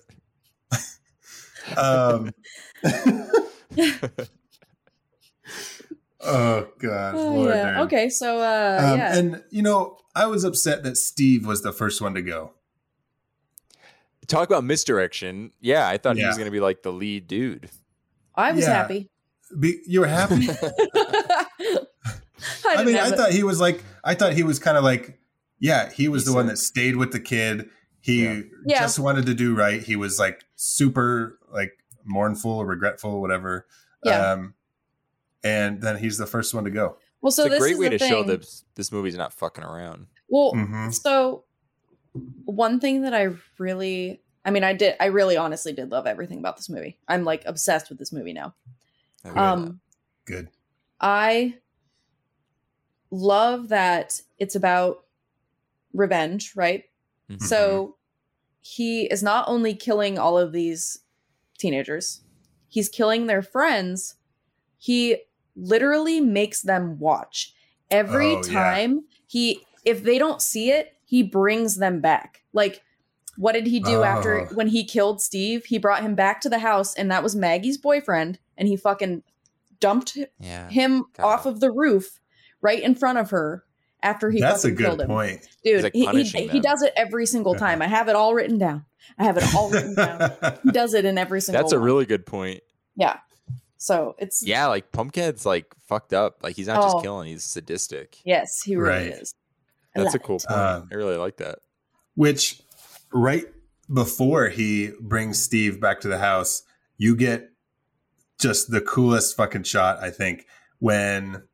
um, oh god!
Oh,
Laura
yeah.
Dern.
Okay. So, uh,
Um,
yeah.
And you know, I was upset that Steve was the first one to go.
Talk about misdirection. Yeah, I thought he was
Yeah.
gonna be like the lead dude.
I was
yeah.
happy.
Be, you were happy.
I,
I
didn't
mean,
have
I
it.
thought he was like, I thought he was kind of like, yeah, he was
He
the one
said-
that stayed with the kid. He
Yeah.
Yeah.
just wanted to do right. He was like super like mournful, regretful, whatever.
Yeah.
Um, and then he's the first one to go.
well, so
it's a
this
great
is
way
the
to show
thing.
that this movie's not fucking around.
Well,
Mhm.
so one thing that I really, I mean, I did, I really, honestly did love everything about this movie. I'm like obsessed with this movie now.
I really love-
Um,
Good.
I love that it's about revenge, right?
Mhm.
Mm-hmm.
So he is not only killing all of these teenagers, he's killing their friends. He literally makes them watch. Every
Oh, yeah.
time he if they don't see it, he brings them back. Like what did he do after
Oh.
when he killed Steve? He brought him back to the house and that was Maggie's boyfriend and he fucking dumped
yeah.
him
God.
off of the roof right in front of her after he
That's a
fucking
good
killed him
point.
dude
He's, like,
he, he,
punishing
he
them.
does it every single
Yeah.
time i have it all written down i have it all written down he does it in every single
That's a
one.
really good point.
yeah so it's
Yeah, like Pumpkinhead's like fucked up. Like he's not just
Oh.
killing, he's sadistic.
yes he really
Right.
is I
That's
love
a cool point.
Um,
I really like that.
Which, right before he brings Steve back to the house, you get just the coolest fucking shot, I think. When,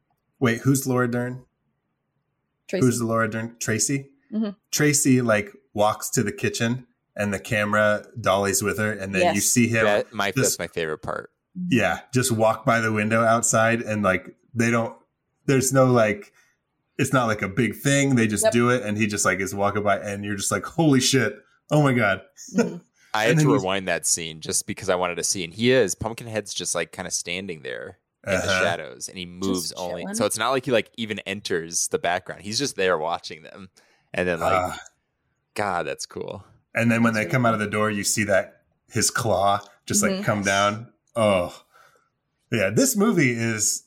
wait, who's Laura Dern?
it. Tracy.
Who's the Laura Dern? Tracy?
Mhm.
Tracy, like, walks to the kitchen and the camera dollies with her. And then you
Yes.
see him,
that my
just-
that's my favorite part.
yeah, just walk by the window outside. And, like, they don't, there's no, like, it's not like a big thing. They just
Yep.
do it. And he just, like, is walking by. And you're just like, holy shit. Oh my God.
Mhm.
I
And
had
then
to
he's-
rewind that scene just because I wanted to see. And he is Pumpkinhead's just like kind of standing there in the
Uh-huh.
shadows, and he moves only.
chilling.
So it's not like he like even enters the background. He's just there watching them, and then like,
Ah.
God, that's cool.
And then when they come out of the door, you see that his claw just like
Mhm.
come down. Oh, yeah. This movie is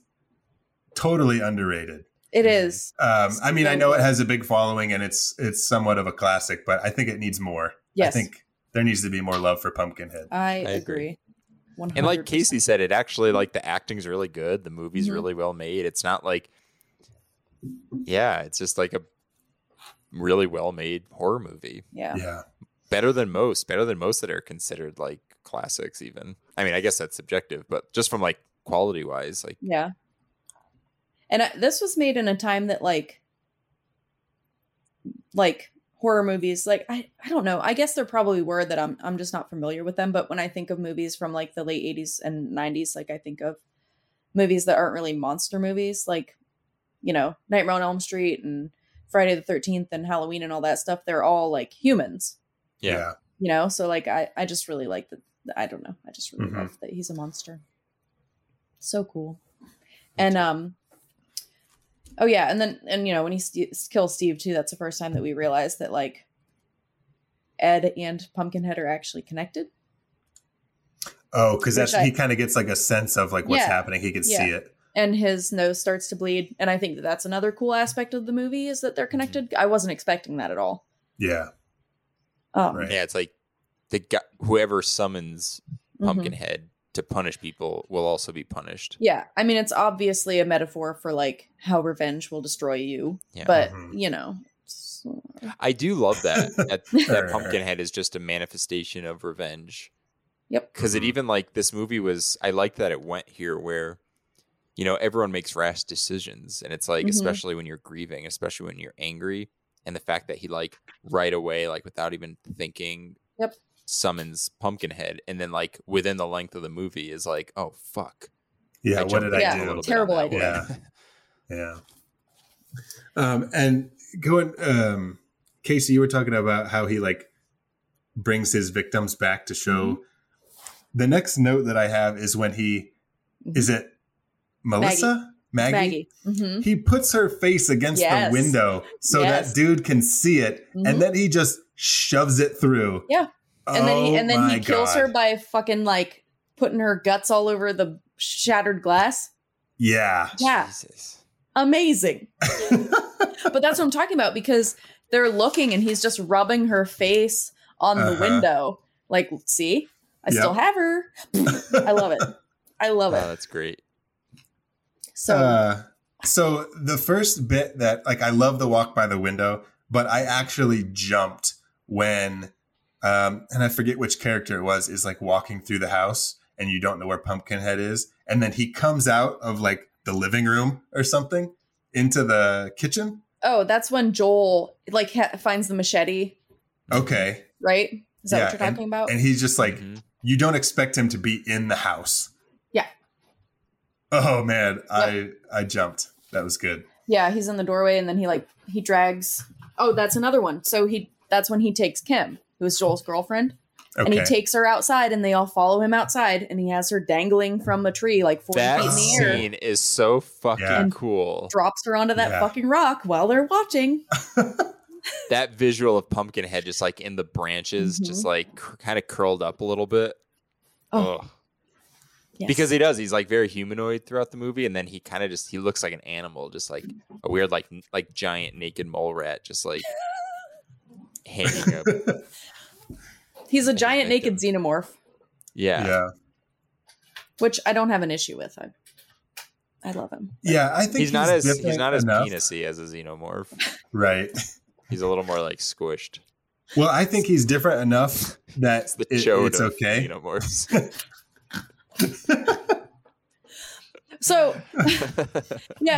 totally underrated.
it is
Um, I mean, I know it has a big following and it's it's somewhat of a classic, but I think it needs more.
yes
I think there needs to be more love for Pumpkinhead.
agree,
agree.
100%.
And like Casey said, it actually like the acting's really good. The movie's
Mhm.
really well made. It's not like, yeah, it's just like a really well made horror movie.
yeah
yeah.
better than most, better than most that are considered like classics even. I mean, I guess that's subjective, but just from like quality wise, like
Yeah. And I, this was made in a time that like like horror movies like I I don't know. I guess there probably were that I'm I'm just not familiar with them, but when I think of movies from like the late 80s and 90s like I think of movies that aren't really monster movies, like you know Nightmare on Elm Street and Friday the Thirteenth and Halloween and all that stuff. They're all like humans,
Yeah.
you know. So like I I just really like that. I don't know. I just really
Mhm.
love that he's a monster. So cool, and um. Oh yeah, and then and you know when he st- kills Steve too, that's the first time that we realized that like Ed and Pumpkinhead are actually connected.
Oh, because that's
Which I-
he kind of gets like a sense of like what's
Yeah.
happening. He can
Yeah.
see it.
and his nose starts to bleed and i think that that's another cool aspect of the movie is that they're connected i wasn't expecting that at all
Yeah.
um,
Right.
Yeah, it's like the guy whoever summons
mhm.
Pumpkinhead to punish people will also be punished.
yeah i mean it's obviously a metaphor for like how revenge will destroy you
Yeah.
but
Mhm.
you know so-
I do love that that,
Sure.
that Pumpkinhead is just a manifestation of revenge.
Yep.
Because it even like this movie was, I like that it went here where, you know, everyone makes rash decisions, and it's like
Mhm.
especially when you're grieving, especially when you're angry, and the fact that he like right away, like without even thinking,
Yep.
summons Pumpkinhead, and then like within the length of the movie is like, oh fuck,
Yeah.
I
what
jumped
did
the
Yeah.
I
gun a little
do?
bit on
Terrible
that
idea.
one.
Yeah. Yeah. Um, and going, um, Casey, you were talking about how he like brings his victims back to show. The next note that I have is when he is it Melissa Maggie.
Mm-hmm. maggie hmm
He puts her face against
Yes.
the window so
Yes.
that dude can see it,
Mhm.
and then he just shoves it through.
Yeah. and then he
Oh
and then he
my
kills
God.
her by fucking like putting her guts all over the shattered glass
Yeah.
Yeah.
Jesus.
amazing but that's what i'm talking about because they're looking and he's just rubbing her face on the
Uh-huh.
window like see i still have her i love it i love
Oh,
it
that's great.
so
Uh, so the first bit that like I love the walk by the window, but I actually jumped when um and I forget which character it was is like walking through the house and you don't know where Pumpkinhead is and then he comes out of like the living room or something into the kitchen.
oh that's when joel like ha- finds the machete
Okay.
right is that
Yeah,
what you're talking about
And he's just like
Mhm.
you don't expect him to be in the house.
Yeah.
Oh man, I I jumped. That was good.
yeah he's in the doorway and then he like he drags oh that's another one so he that's when he takes kim who's joel's girlfriend
Okay.
and he takes her outside and they all follow him outside and he has her dangling from a tree like 40
That
feet in the air
scene is so fucking
Yeah.
cool.
drops her onto that
Yeah.
fucking rock while they're watching.
that visual of Pumpkinhead just like in the branches,
Mm-hmm.
just like cr- kind of curled up a little bit.
Oh.
Ugh.
Yes.
Because he does, he's like very humanoid throughout the movie, and then he kind of just he looks like an animal, just like a weird like n- like giant naked mole rat, just like hanging up.
he's a giant
Naked.
naked xenomorph,
Yeah,
yeah.
which I don't have an issue with. I, I love him.
Yeah, I think
he's, not as he's
different
not as
enough.
penisy as a xenomorph.
Right.
He's a little more like squished.
Well, I think he's different enough that
It's the
it-
chode
it's
of
okay.
xenomorphs.
So yes,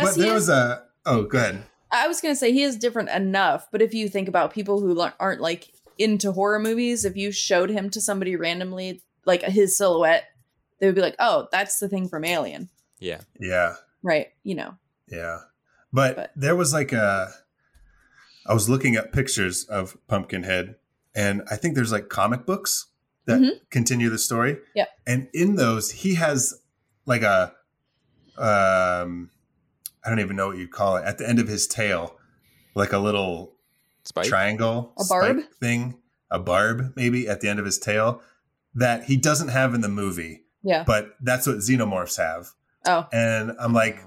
but
he
there
is.
was a oh, go ahead.
I was gonna say he is different enough, but if you think about people who lo- aren't like into horror movies, if you showed him to somebody randomly, like his silhouette, they would be like, "Oh, that's the thing from Alien."
yeah,
Yeah,
Right, you know.
yeah. But,
But-
there was like a. I was looking up pictures of Pumpkinhead, and I think there's like comic books that
Mm-hmm.
continue the story.
Yeah.
and in those he has like a, um, I don't even know what you'd call it at the end of his tail, like a little
Spike.
triangle
A barb?
spike thing, a barb maybe at the end of his tail that he doesn't have in the movie,
Yeah.
but that's what xenomorphs have.
Oh,
And I'm like,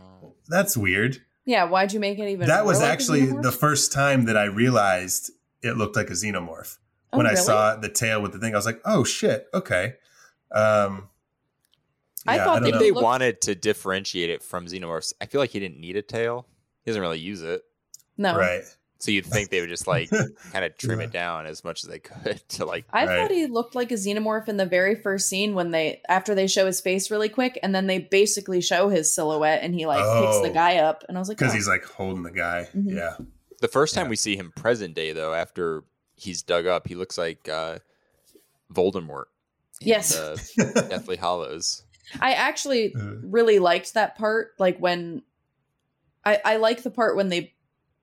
that's weird.
yeah. Why'd you make it even?
that was
more like a
actually
xenomorph?
the first time that I realized it looked like a xenomorph.
Oh,
when I
really?
saw the tail with the thing, I was like, oh shit, okay. Um,
I
yeah,
thought
don't
if
that
know.
they
Look-
wanted to differentiate it from xenomorphs, I feel like he didn't need a tail. He doesn't really use it,
no.
right.
so you'd think they would just like kind of trim it down as much as they could to like.
I
Right.
thought he looked like a xenomorph in the very first scene when they after they show his face really quick and then they basically show his silhouette and he like picks the
Oh.
guy up and I was like
Because
oh.
he's like holding the guy.
Mhm.
Yeah.
The first time we see him present day, though, after he's dug up, he looks like uh, Voldemort. in
Yes.
the Deathly Hollows.
I actually
Uh.
really liked that part. Like when I I like the part when they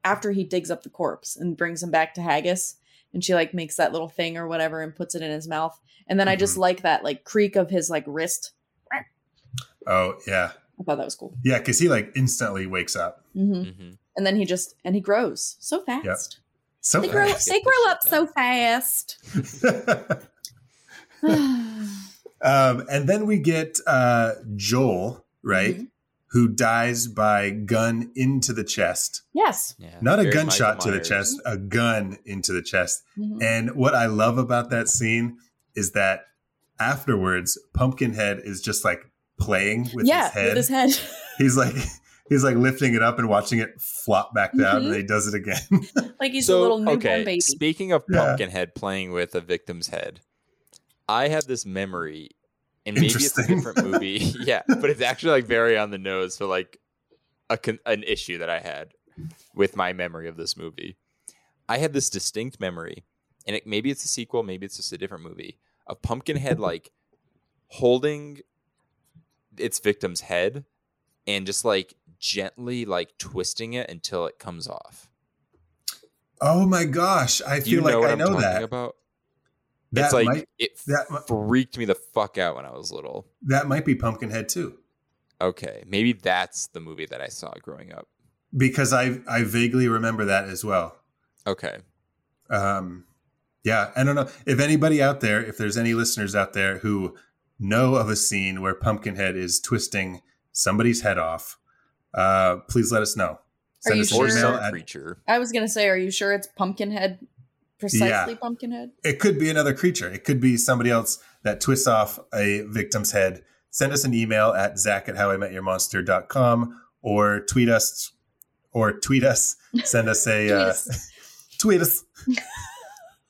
after he digs up the corpse and brings him back to Haggis and she like makes that little thing or whatever and puts it in his mouth. And then I just
Mm-hmm.
like that like creak of his like wrist.
Oh yeah,
I thought that was cool.
yeah, because he like instantly wakes up.
hmm
Mm-hmm.
And then he just and he grows so fast.
So
They grow
fast.
they grow up so fast.
fast. Um, and then we get uh, Joel, right,
Mm-hmm.
who dies by gun into the chest.
yes.
Yeah,
Not a
very
gunshot
Michael
to the
Myers.
chest, a gun into the chest.
Mhm.
And what I love about that scene is that afterwards, Pumpkinhead is just like playing with
yeah,
his head.
with his head.
He's like he's like lifting it up and watching it flop back down,
Mhm.
and then he does it again.
like he's
So,
a little newborn
okay,
baby.
Speaking of
Yeah.
Pumpkinhead playing with a victim's head, I have this memory, and maybe it's a
Interesting.
different movie. yeah, but it's actually like very on the nose for like a con- an issue that I had with my memory of this movie. I have this distinct memory, and it, maybe it's a sequel, maybe it's just a different movie of Pumpkinhead like holding its victim's head and just like gently like twisting it until it comes off.
oh my gosh, I
Do you
feel
know
like
what
I
am
know
talking
that.
about?
That
it's like
might
it
that mi-
freaked me the fuck out when I was little.
that might be Pumpkinhead too.
Okay, maybe that's the movie that I saw growing up.
because I I vaguely remember that as well.
Okay,
Um, yeah, I don't know if anybody out there, if there's any listeners out there who know of a scene where Pumpkinhead is twisting somebody's head off, uh, please let us know.
Are you
us
sure?
or some
at-
creature.
I was gonna say, are you sure it's Pumpkinhead? Precisely Pumpkinhead.
it could be another creature. It could be somebody else that twists off a victim's head. Send us an email at zach at howimetyourmonster.com or tweet us or tweet us. Send us a
Tweet
uh,
us.
tweet us.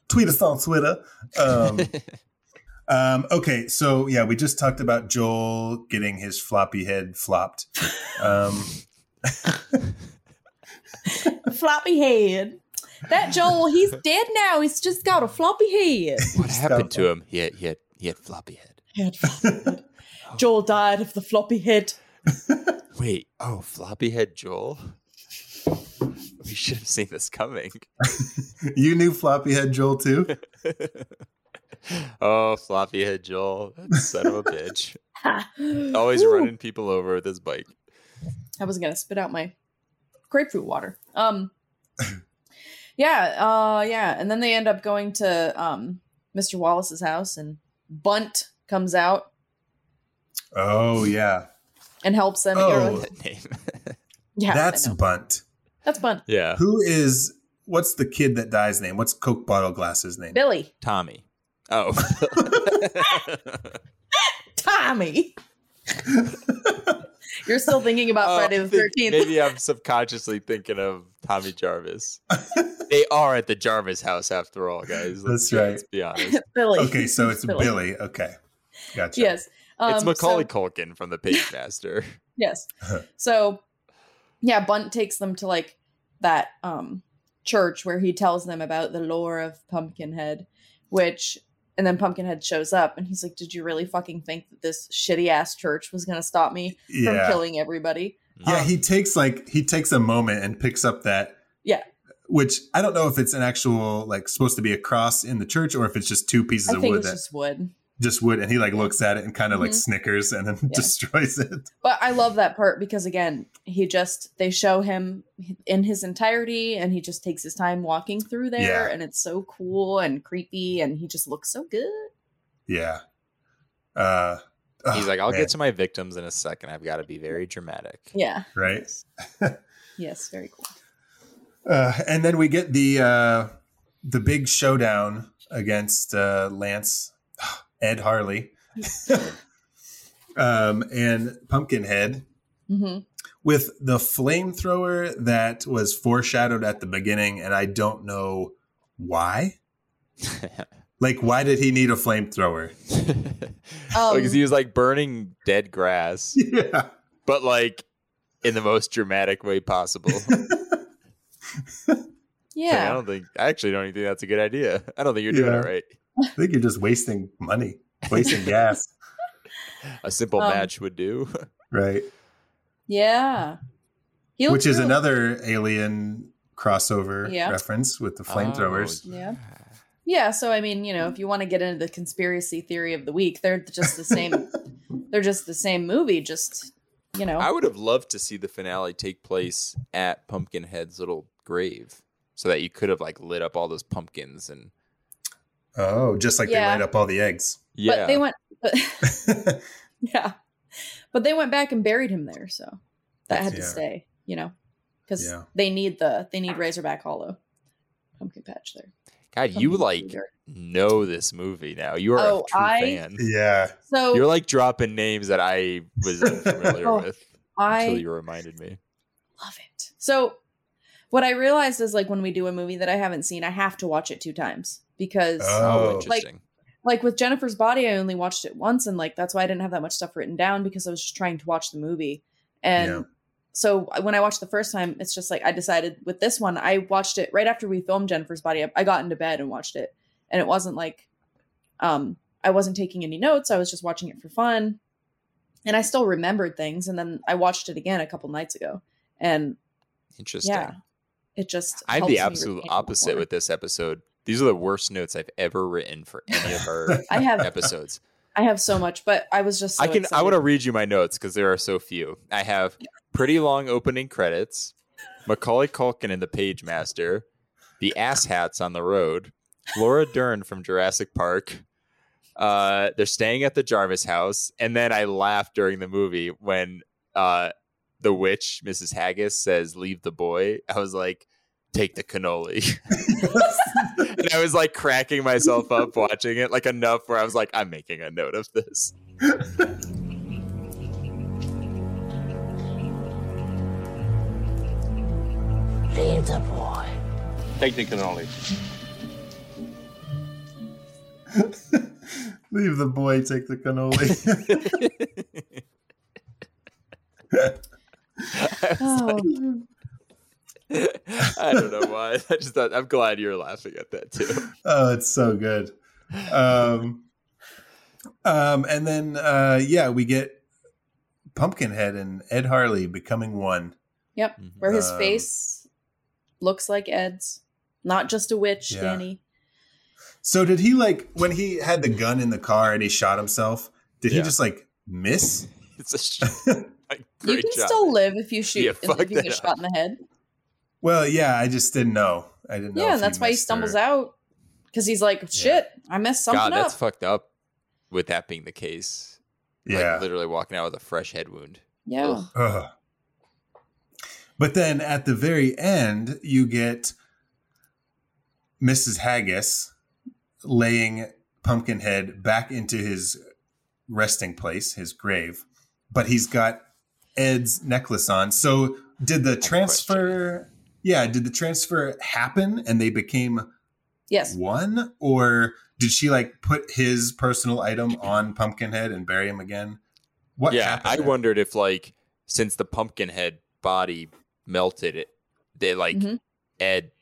tweet us on Twitter. Um, um, okay, so yeah, we just talked about Joel getting his floppy head flopped. Um,
floppy head. That Joel, he's dead now. He's just got a floppy head.
what happened to him? He had he had he had floppy head.
Head floppy. Joel died of the floppy head.
Wait, oh floppy head Joel. We should have seen this coming.
you knew floppy head Joel too?
oh, floppy head Joel, that son of a bitch! Always
Always
running people over with his bike.
I was gonna spit out my grapefruit water. Um Yeah, uh yeah. And then they end up going to um Mr. Wallace's house and Bunt comes out
Oh yeah,
and helps them.
Oh,
That name.
yeah, I
that's
know.
Bunt.
that's Bunt.
yeah,
Who is what's the kid that dies name? What's Coke Bottle Glass's name?
Billy.
Tommy. Oh,
Tommy. You're still thinking about
Uh,
Oh,
Friday
I
the
think
Thirteenth.
Maybe I'm subconsciously thinking of Tommy Jarvis. they are at the Jarvis house after all, guys. Let's,
That's right.
let's be honest.
Billy.
Okay, so it's Billy. Okay, gotcha.
Yes. Um,
it's Macaulay
so-
Culkin from The Pagemaster.
yes. so, yeah, Bunt takes them to like that um church where he tells them about the lore of Pumpkinhead, which, and then Pumpkinhead shows up and he's like, "Did you really fucking think that this shitty ass church was gonna stop me from
Yeah.
killing everybody?"
Yeah,
Um,
he takes like he takes a moment and picks up that
Yeah.
which I don't know if it's an actual like supposed to be a cross in the church or if it's just two pieces
I
of
think
wood
it's
that
just wood.
just wood and he like looks at it and kind of like
Mhm.
snickers and then
Yeah.
destroys it.
But I love that part because again, he just they show him in his entirety and he just takes his time walking through there
Yeah.
and it's so cool and creepy and he just looks so good.
Yeah. Uh
He's
oh,
like, I'll
man,
get to my victims in a second. I've got to be very dramatic.
Yeah.
right.
Yes, very cool.
Uh, and then we get the uh the big showdown against uh Lance Ed Harley. um and Pumpkinhead
hmm
with the flamethrower that was foreshadowed at the beginning, and I don't know why. Like, why did he need a flamethrower?
because he was like burning dead grass,
Yeah.
but like in the most dramatic way possible. Like, I
Yeah.
don't think, I actually don't think that's a good idea. I don't think you're doing
Yeah.
it right.
I think you're just wasting money, wasting gas.
a simple
Um,
match would do.
right?
Yeah. He
Which
looks
is
really-
another alien crossover
Yeah.
reference with the flamethrowers.
Oh,
Yeah. Yeah, so I mean, you know, if you want to get into the conspiracy theory of the week, they're just the same. they're just the same movie, just you know.
I would have loved to see the finale take place at Pumpkinhead's little grave, so that you could have like lit up all those pumpkins and
Oh, just like
Yeah.
they light up all the eggs.
yeah.
But they went, but, yeah, but they went back and buried him there, so that had to
Yeah.
stay, you know, because
Yeah.
they need the they need Razorback Hollow pumpkin patch there.
God, you
Pumpkin
like
patch.
know this movie now. You are
Oh,
a true
I-
fan.
yeah.
so
You're like dropping names that I was unfamiliar
Oh,
with
I
until you reminded me.
love it. So what I realized is like when we do a movie that I haven't seen, I have to watch it two times because
Oh,
Oh,
interesting.
like with Jennifer's Body, I only watched it once, and like that's why I didn't have that much stuff written down because I was just trying to watch the movie. And
Yeah.
so uh, when I watched the first time, it's just like I decided with this one, I watched it right after we filmed Jennifer's Body. I, I got into bed and watched it, and it wasn't like um I wasn't taking any notes. I was just watching it for fun, and I still remembered things. And then I watched it again a couple nights ago, and
interesting.
yeah, it just
I'm
helps
the
me
absolute
retain it
opposite
more.
with this episode. These are the worst notes I've ever written for any of our
I have
episodes.
I have so much, but I was just so
I can I
excited.
want to read you my notes because there are so few. I have pretty long opening credits, Macaulay Culkin and the Page Master, the Ass Hats on the Road, Laura Dern from Jurassic Park. Uh, they're staying at the Jarvis house, and then I laughed during the movie when uh, the witch, Mrs. Haggis, says, "Leave the boy." I was like, "Take the cannoli," and I was like cracking myself up watching it, like enough where I was like, "I'm making a note of this."
Take the cannoli.
Leave the boy, take the cannoli.
Oh.
I don't know why. I just thought I'm glad you're laughing at that too.
oh, it's so good. Um, um, and then uh, yeah, we get Pumpkinhead and Ed Harley becoming one.
Yep. Where his
Um,
face looks like Ed's. Not just a witch,
Yeah.
Danny.
So did he like when he had the gun in the car and he shot himself? Did he
Yeah.
just like miss?
It's a sh- a great
you can
job.
still live if you shoot
Yeah, fuck
if you get
that
shot in the head.
Well, yeah, I just didn't know. I didn't know.
yeah,
if
and that's why he
missed
stumbles
or-
out. Because he's like, shit, I messed something
God,
up.
that's fucked up. With that being the case,
Yeah.
like literally walking out with a fresh head wound.
yeah.
Ugh.
Ugh. Uh-huh. But then at the very end, you get Mrs. Haggis laying Pumpkinhead back into his resting place, his grave, but he's got Ed's necklace on. So did the transfer? Yeah, did the transfer happen and they became
Yes.
one, or did she like put his personal item on Pumpkinhead and bury him again? What?
yeah,
happened
I
there?
wondered if like since the pumpkin head body melted, it they like
Mhm.
Ed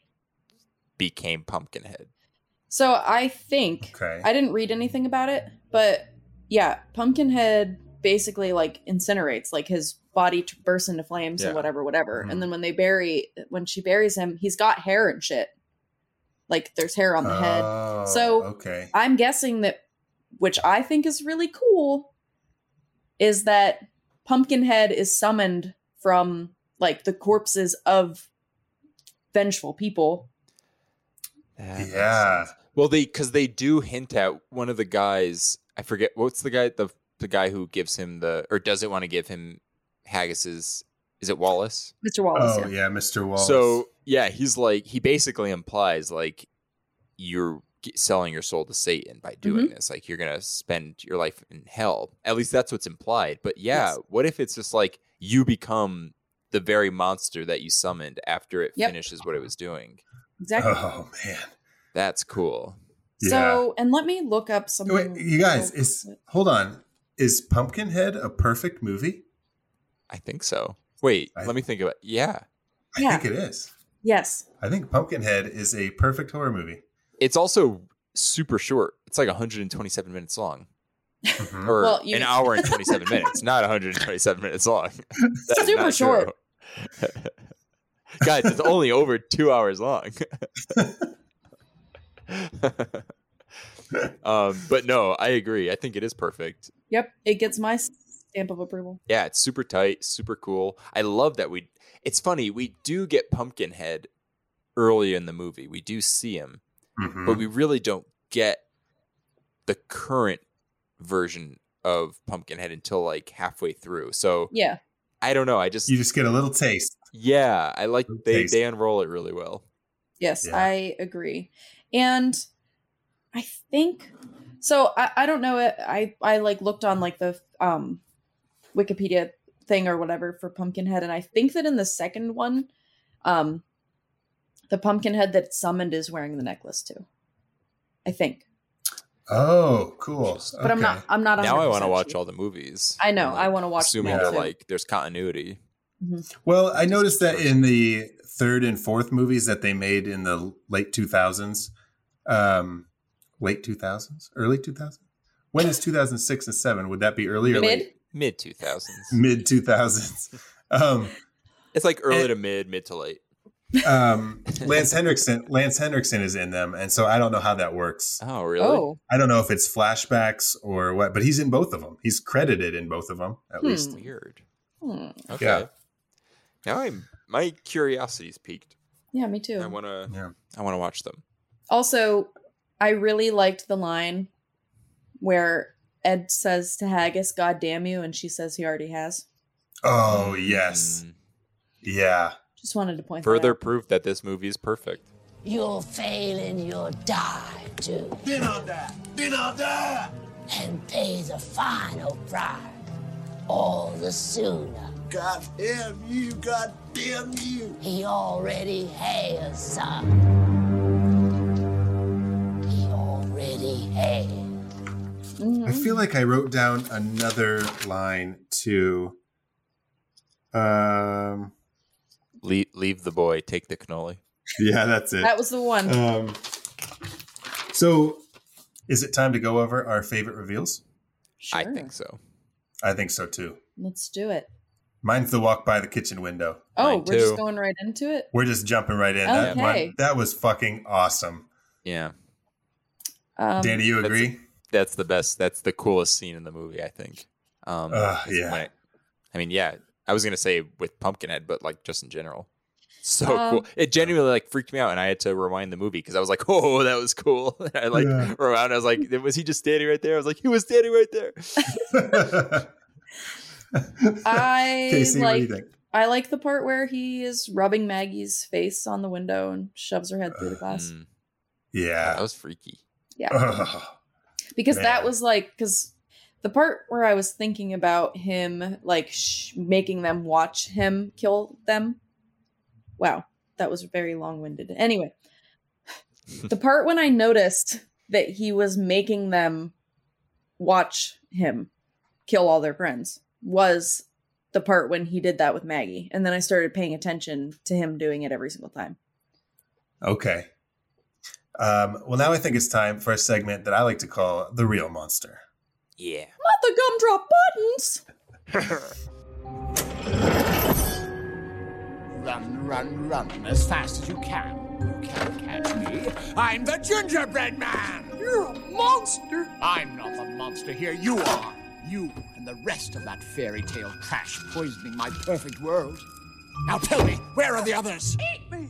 became Pumpkinhead.
So I think
Okay.
I didn't read anything about it, but yeah, Pumpkinhead basically like incinerates, like his body t- bursts into flames
Yeah.
and whatever, whatever.
Mhm.
And then when they bury, when she buries him, he's got hair and shit. Like there's hair on the head.
Oh,
So-
okay,
I'm guessing that, which I think is really cool, is that Pumpkinhead is summoned from like the corpses of vengeful people.
That makes
yeah,
sense. Well, they because they do hint at one of the guys. I forget what's the guy the the guy who gives him the or doesn't want to give him Haggis's. Is it Wallace?
Mr. Wallace.
oh
yeah.
yeah, Mr. Wallace.
So yeah, he's like he basically implies like you're g- selling your soul to Satan by doing
Mm-hmm.
this. Like you're gonna spend your life in hell. At least that's what's implied. But yeah,
Yes.
what if it's just like you become the very monster that you summoned after it
Yep.
finishes what it was doing?
Exactly.
oh man,
That's cool.
So, and let me look up
yeah.
something.
Wait, you guys,
real
is
quick.
hold on, is Pumpkinhead a perfect movie?
I think so. Wait,
I-
let me think about. Yeah,
I
Yeah.
think it is.
yes,
I think Pumpkinhead is a perfect horror movie.
it's also super short. It's like 127 minutes long. or
Well, you-
an hour and 27 minutes, not 127 minutes long. That is
Super
not
short.
true. Guys, it's only over two hours long. um, but no, I agree. I think it is perfect.
Yep, it gets my stamp of approval.
Yeah, it's super tight, super cool. I love that we. It's funny we do get Pumpkinhead early in the movie. We do see him,
Mhm.
but we really don't get the current version of Pumpkinhead until like halfway through. So
Yeah,
I don't know. I just
You just get a little taste.
yeah, I like they
Taste.
they unroll it really well.
yes,
Yeah.
I agree. And I think so I, I don't know it I, I like looked on like the um Wikipedia thing or whatever for Pumpkinhead, and I think that in the second one, um the Pumpkinhead that's summoned is wearing the necklace too. I think.
Oh, cool.
But I'm not I'm not
Now I want to
100%
watch
sure.
all the movies.
I know,
I'm,
I wanna watch
Assuming
them all
they're
too.
like there's continuity.
Well, I noticed that in the third and fourth movies that they made in the late 2000s, um, late 2000s, early 2000s. When is 2006 and 7? Would that be early or
mid.
late?
Mid two thousands.
Mid 2000s. Um,
It's like early
Eh.
to mid, mid to late.
um, Lance Hendrickson, Lance Hendrickson is in them, and so I don't know how that works.
Oh really?
Oh,
I don't know if it's flashbacks or what, but he's in both of them. He's credited in both of them, at
Hmm.
least.
Weird.
hmm.
Okay.
Yeah.
Now I'm my curiosity's piqued.
yeah, me too.
I wanna
Yeah.
I wanna watch them.
Also, I really liked the line where Ed says to Haggis, God damn you, and she says he already has.
Oh, yes.
Mm.
Yeah.
Just wanted to point that
Further
out.
proof that this movie is perfect.
You'll fail and you'll die too,
Then I'll die. Then I'll die.
and pay the final price. All the sooner.
God damn you. God damn you.
He already has some. He already has.
I feel like I wrote down another line to um
Le- leave the boy, take the cannoli.
yeah, that's it.
That was the one.
Um So is it time to go over our favorite reveals?
sure.
I think so.
I think so too.
Let's do it.
Mine's the walk by the kitchen window.
Oh,
Mine
we're just
too.
going right into it.
We're just jumping right in. That,
Okay.
one- that was fucking awesome.
Yeah.
Um,
Danny, you
that's-
agree?
that's the best that's the coolest scene in the movie i think um
Ugh,
is
yeah.
when it- i mean yeah i was gonna say with pumpkinhead but like just in general so
Um,
cool it genuinely like freaked me out and i had to rewind the movie because i was like oh that was cool i like
Yeah.
rewound i was like was he just standing right there i was like he was standing right there
I
Casey, what do you
like.
think?
I like the part where he is rubbing Maggie's face on the window and shoves her head through the glass
Mm, that
Yeah.
was freaky Uh,
Ugh.
because that
man.
was like because the part where I was thinking about him like sh- making them watch him kill them. Wow, that was very long winded. Anyway, the part when I noticed that he was making them watch him kill all their friends was the part when he did that with Maggie. And then I started paying attention to him doing it every single time.
Okay. Um, well, now I think it's time for a segment that I like to call the real monster.
yeah
Not the gumdrop buttons!
Run, run, run as fast as you can. You can't catch me. I'm the gingerbread man. You're a monster. I'm not the monster here. You are. You and the rest of that fairy tale trash poisoning my perfect world. Now tell me, where are the others? Eat me.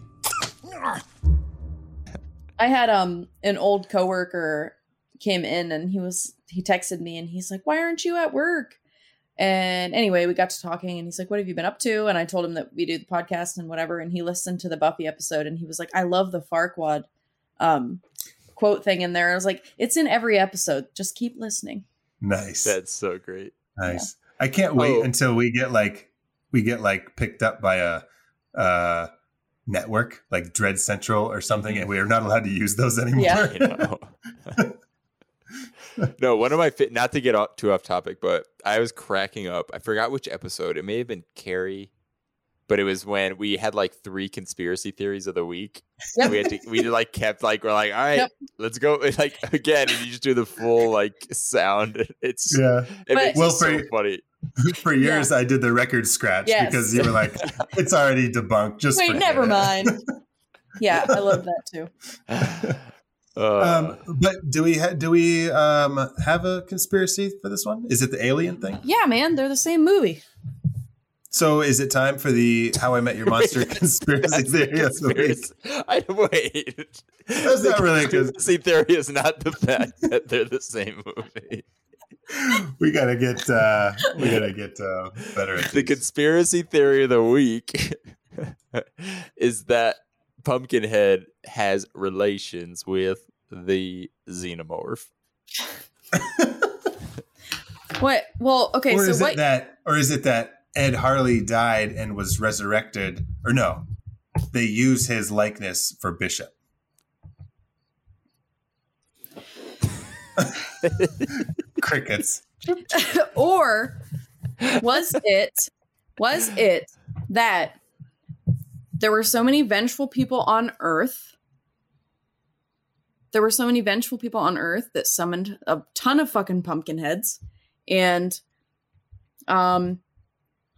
I had um an old coworker came in and he was he texted me and he's like, "Why aren't you at work?" And anyway, we got to talking and he's like, "What have you been up to?" And I told him that we do the podcast and whatever and he listened to the Buffy episode and he was like, "I love the Farquad um quote thing in there." I was like, "It's in every episode. Just keep listening."
Nice.
that's so great
nice. I can't wait
Oh.
until we get like we get like picked up by a uh network like Dread Central or something and we are not allowed to use those anymore.
Yeah.
you know. no, one of my fit not to get off, too off topic, but I was cracking up. I forgot which episode. It may have been Carrie but it was when we had like three conspiracy theories of the week.
Yep.
We had to, we like kept like we're like, all right,
Yep.
let's go like again. And you just do the full like sound. It's
Yeah.
it makes
Well,
it so
for-
funny.
For years, I did the record scratch
Yes.
because you were like, it's already debunked. Just
Wait,
forget
never
it."
mind. yeah, I love that too.
Uh,
Um, but do we ha- do we um, have a conspiracy for this one? Is it the alien thing?
Yeah, man, they're the same movie.
So is it time for the How I Met Your Monster conspiracy
that's the
theory of the week?
conspiracy- I wait.
That's
The
not really a cons-
conspiracy theory is not the fact that they're the same movie.
We gotta get uh, we gotta get uh, better at
the
these.
conspiracy theory of the week is that Pumpkinhead has relations with the xenomorph.
What? Well, okay,
or
so
is
what?
it that or is it that Ed Harley died and was resurrected? Or no, they use his likeness for Bishop. Crickets.
or was it was it that there were so many vengeful people on earth there were so many vengeful people on earth that summoned a ton of fucking pumpkin heads and um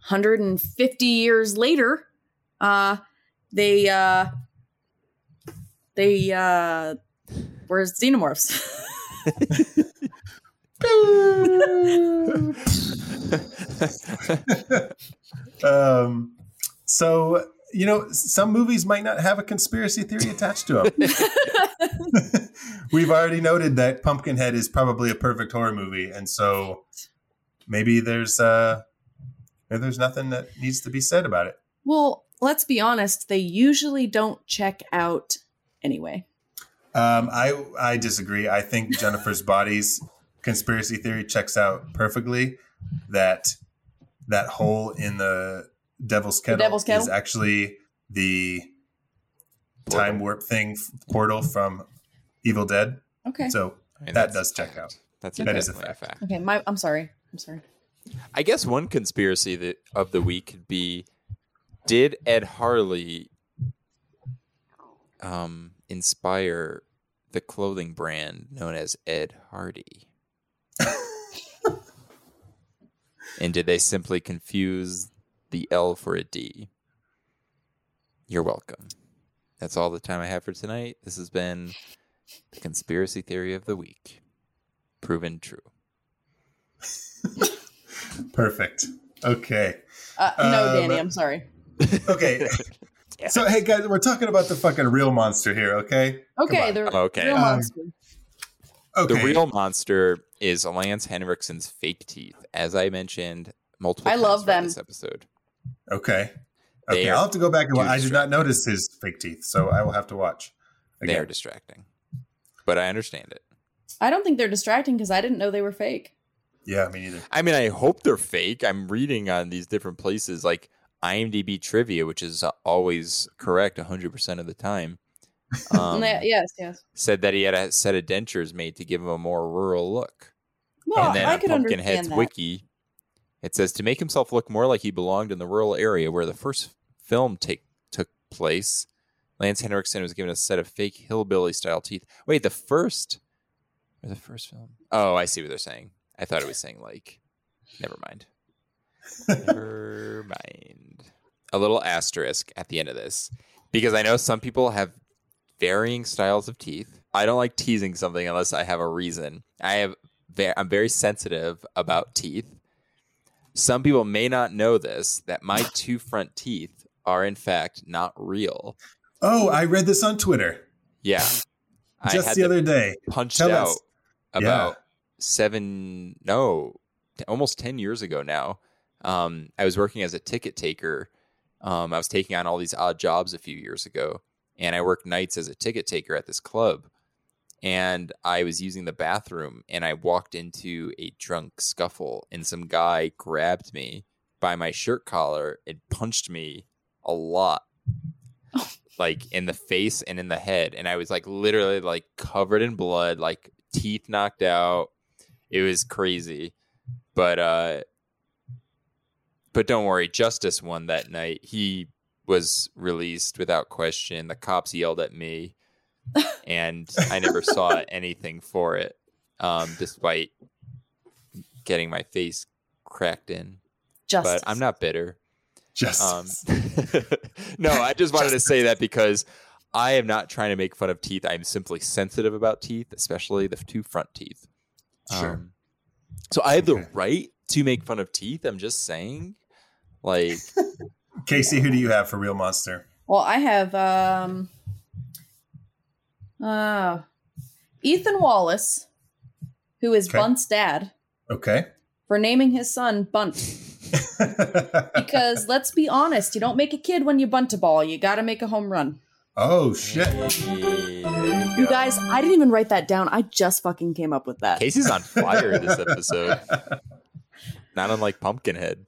150 years later uh they uh they uh were xenomorphs
Um, so you know, some movies might not have a conspiracy theory attached to them. We've already noted that Pumpkinhead is probably a perfect horror movie, and so maybe there's uh, maybe there's nothing that needs to be said about it.
Well, let's be honest, they usually don't check out anyway.
Um, I I disagree. I think Jennifer's body's conspiracy theory checks out perfectly. That that hole in the devil's kettle,
devil's kettle?
is actually the time warp thing f- portal from Evil Dead.
Okay.
So
I mean,
that
that's
does
a
check
fact.
out.
That's
That is a
definitely
fact.
okay, my I'm sorry. I'm sorry.
I guess one conspiracy that, of the week could be: Did Ed Harley um, inspire the clothing brand known as Ed Hardy? and did they simply confuse the L for a D? You're welcome. That's all the time I have for tonight. This has been the conspiracy theory of the week, proven true.
Perfect. Okay.
Uh, no,
Um,
Danny, I'm sorry.
Okay. so hey guys, we're talking about the fucking real monster here. Okay.
Okay,
on.
the
Oh, Okay.
real
Um,
monster.
Okay.
The real monster is Lance Henriksen's fake teeth, as I mentioned multiple
I
times
love
throughout
them.
this episode.
Okay.
They
Okay.
are
I'll have to go back and watch.
too
I did not notice his fake teeth, so I will have to watch.
They are distracting, but I understand it.
I don't think they're distracting because I didn't know they were fake.
Yeah, me neither.
I mean, I hope they're fake. I'm reading on these different places like IMDb trivia, which is always correct 100% of the time. Um,
And they- yes, yes.
Said that he had a set of dentures made to give him a more rural look.
Well,
and then
I
on
could
Pumpkinhead's
understand that.
wiki, it says to make himself look more like he belonged in the rural area where the first film take took place. Lance Henriksen was given a set of fake hillbilly style teeth. Wait, the first or the first film? Oh, I see what they're saying. I thought it was saying like, never mind. never mind. A little asterisk at the end of this because I know some people have varying styles of teeth. I don't like teasing something unless I have a reason. I have ve- I'm very sensitive about teeth. Some people may not know this that my two front teeth are in fact not real.
Oh, I read this on Twitter
Yeah. I
just
had
the
them
other day.
punched
tell
out
us. Yeah.
about seven no t- almost 10 years ago now um, i was working as a ticket taker um, i was taking on all these odd jobs a few years ago and i worked nights as a ticket taker at this club and i was using the bathroom and i walked into a drunk scuffle and some guy grabbed me by my shirt collar and punched me a lot like in the face and in the head and i was like literally like covered in blood like teeth knocked out it was crazy but uh but don't worry, Justice won that night. He was released without question. The cops yelled at me, and I never saw anything for it, um, despite getting my face cracked in.
Justice.
But I'm not bitter.
Just
Um, no, I just wanted to say that because I am not trying to make fun of teeth. I'm simply sensitive about teeth, especially the two front teeth.
Sure.
Um, so I have the
Okay.
right to make fun of teeth. I'm just saying, like,
Casey, who do you have for real monster?
Well, I have um uh Ethan Wallace, who is
Okay.
Bunt's dad,
Okay.
for naming his son Bunt. Because let's be honest, you don't make a kid when you bunt a ball. You gotta make a home run.
oh shit!
yeah.
You guys, I didn't even write that down. I just fucking came up with that.
Casey's on fire this episode. Not unlike Pumpkinhead.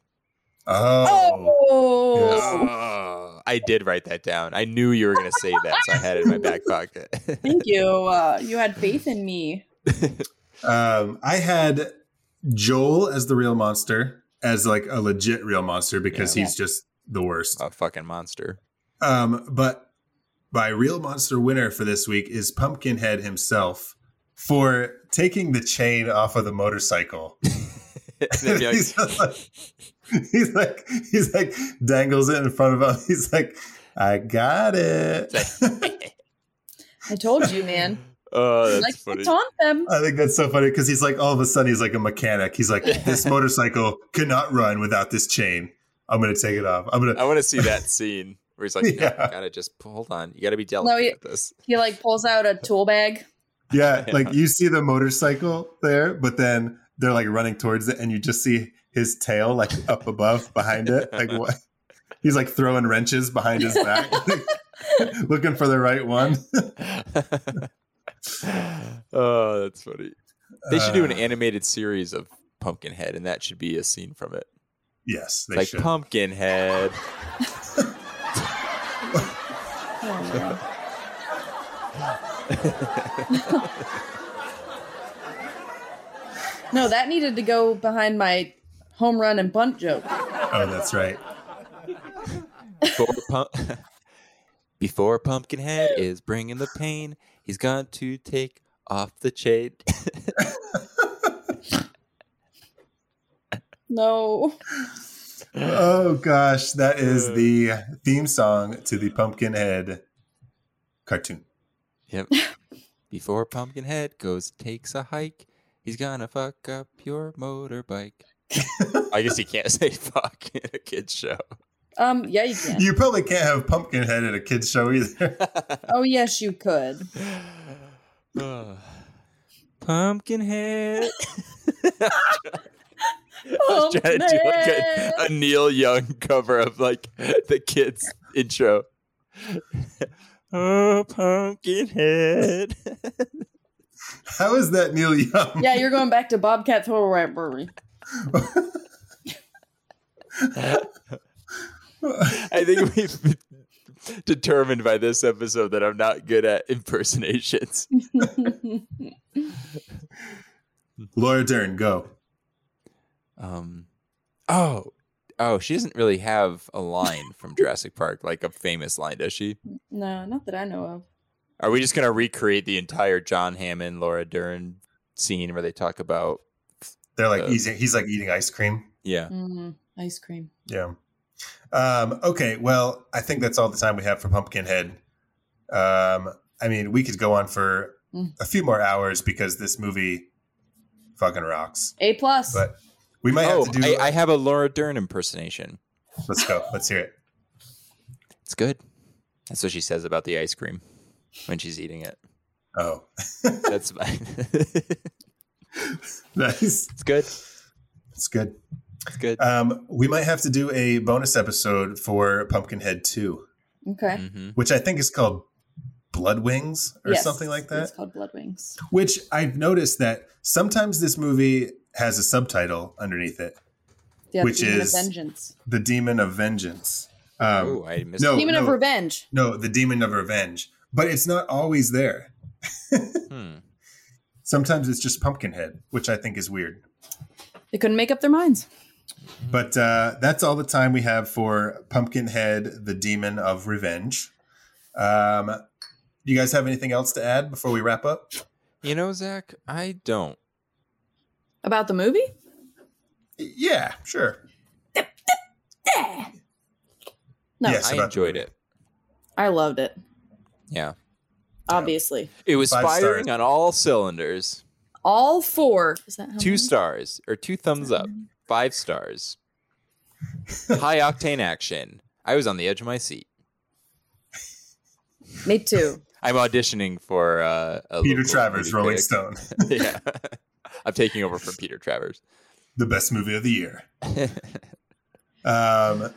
Oh,
Oh,
Oh, I did write that down. I knew you were going to say that, so I had it in my back pocket.
thank you. Uh, you had faith in me.
um, I had Joel as the real monster, as like a legit real monster because
Yeah.
he's just the worst.
a fucking monster.
Um, but my real monster winner for this week is Pumpkinhead himself for taking the chain off of the motorcycle.
They'd be like,
he's, just like, he's like, he's like, dangles it in front of him. He's like, I got it.
I told you, man.
oh, that's
like
funny.
to taunt them.
I think that's so funny because he's like, all of a sudden, he's like a mechanic. He's like, this motorcycle cannot run without this chain. I'm gonna take it off. I'm gonna.
I want to see that scene where he's like, no,
Yeah.
you gotta just hold on. You gotta be delicate
No, you-
with this.
He like pulls out a tool bag.
Yeah, like you see the motorcycle there, but then they're like running towards it, and you just see his tail like up above behind it. Like what? He's like throwing wrenches behind his back, looking for the right one.
oh, that's funny. They should do an
Uh,
animated series of Pumpkinhead, and that should be a scene from it.
Yes, they
Like
should.
Pumpkinhead.
Oh, No, that needed to go behind my home run and bunt joke.
oh, that's right.
Before, pump- Before Pumpkinhead is bringing the pain, he's going to take off the chain.
No.
Oh gosh, that is the theme song to the Pumpkinhead cartoon.
Yep. Before Pumpkinhead goes takes a hike, he's gonna fuck up your motorbike. I guess you can't say fuck in a kid's show.
Um, yeah, you can.
You probably can't have Pumpkinhead at a kids show either.
Oh, yes, you could.
Ugh. Pumpkinhead. I was trying to do like a, a Neil Young cover of like the kids intro. oh, Pumpkinhead.
How is that Neil Young?
yeah, you're going back to Bobcat Total Rivalry.
I think we've determined by this episode that I'm not good at impersonations.
Laura Dern, go.
Um, oh, oh, she doesn't really have a line from Jurassic Park, like a famous line, does she?
No, not that I know of.
Are we just gonna recreate the entire John Hammond, Laura Dern scene where they talk about?
They're like
Uh,
easy. He's like eating ice cream.
Yeah,
Mm, ice cream.
Yeah. Um, okay. Well, I think that's all the time we have for Pumpkinhead. Um, I mean, we could go on for
Mm.
a few more hours because this movie fucking rocks.
A plus.
But we might
oh,
have to do.
I, I have a Laura Dern impersonation.
let's go. Let's hear it.
It's good. That's what she says about the ice cream when she's eating it.
Oh,
That's
nice.
it's good.
It's good.
It's good.
Um, we might have to do a bonus episode for Pumpkinhead Two,
okay.
hmm
which I think is called Blood Wings or
Yes,
something like that.
It's called Blood Wings.
Which I've noticed that sometimes this movie has a subtitle underneath it.
Yeah,
Which
Demon
is-
of Vengeance.
the demon of vengeance. Um,
Oh, I missed.
no,
Demon
no,
of Revenge.
no, the demon of revenge. But it's not always there.
Hmm.
Sometimes it's just Pumpkinhead, which I think is weird.
They couldn't make up their minds.
But uh, that's all the time we have for Pumpkinhead, the Demon of Revenge. Um, do you guys have anything else to add before we wrap up?
You know, Zach, I don't.
About the movie?
Yeah, sure.
No.
Yes,
I
about the
enjoyed
movie.
it.
I loved it,
Yeah.
obviously.
It was
Five
firing
stars.
on all cylinders.
All four. Is that how
Two
many?
stars or two thumbs up. Five stars. High octane action. I was on the edge of my seat.
Me too.
I'm auditioning for uh, a
Peter
local
Travers,
movie
Rolling
critic.
Stone,
yeah. I'm taking over from Peter Travers.
the best movie of the year. Um,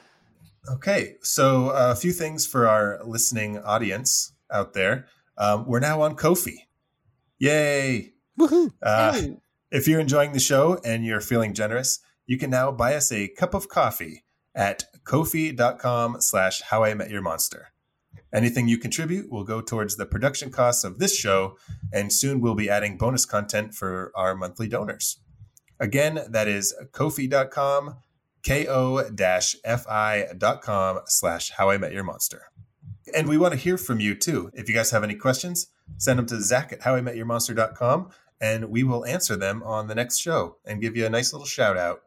okay, so uh, a few things for our listening audience out there. Um, we're now on Kofi. Yay! Woohoo! Uh, if you're enjoying the show and you're feeling generous, you can now buy us a cup of coffee at kofi.com slash how I met your monster. Anything you contribute will go towards the production costs of this show, and soon we'll be adding bonus content for our monthly donors. Again, that is kofi.com, ko-fi.com slash how I met your monster. And we want to hear from you too. If you guys have any questions, send them to Zach at howimetyourmonster.com and we will answer them on the next show and give you a nice little shout out.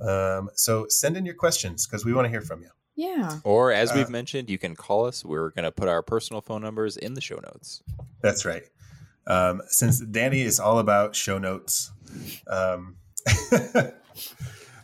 Um, so send in your questions because we want to hear from you.
Yeah.
Or as we've
Uh,
mentioned, you can call us. We're going to put our personal phone numbers in the show notes.
That's right. Um, since Danny is all about show notes. Um,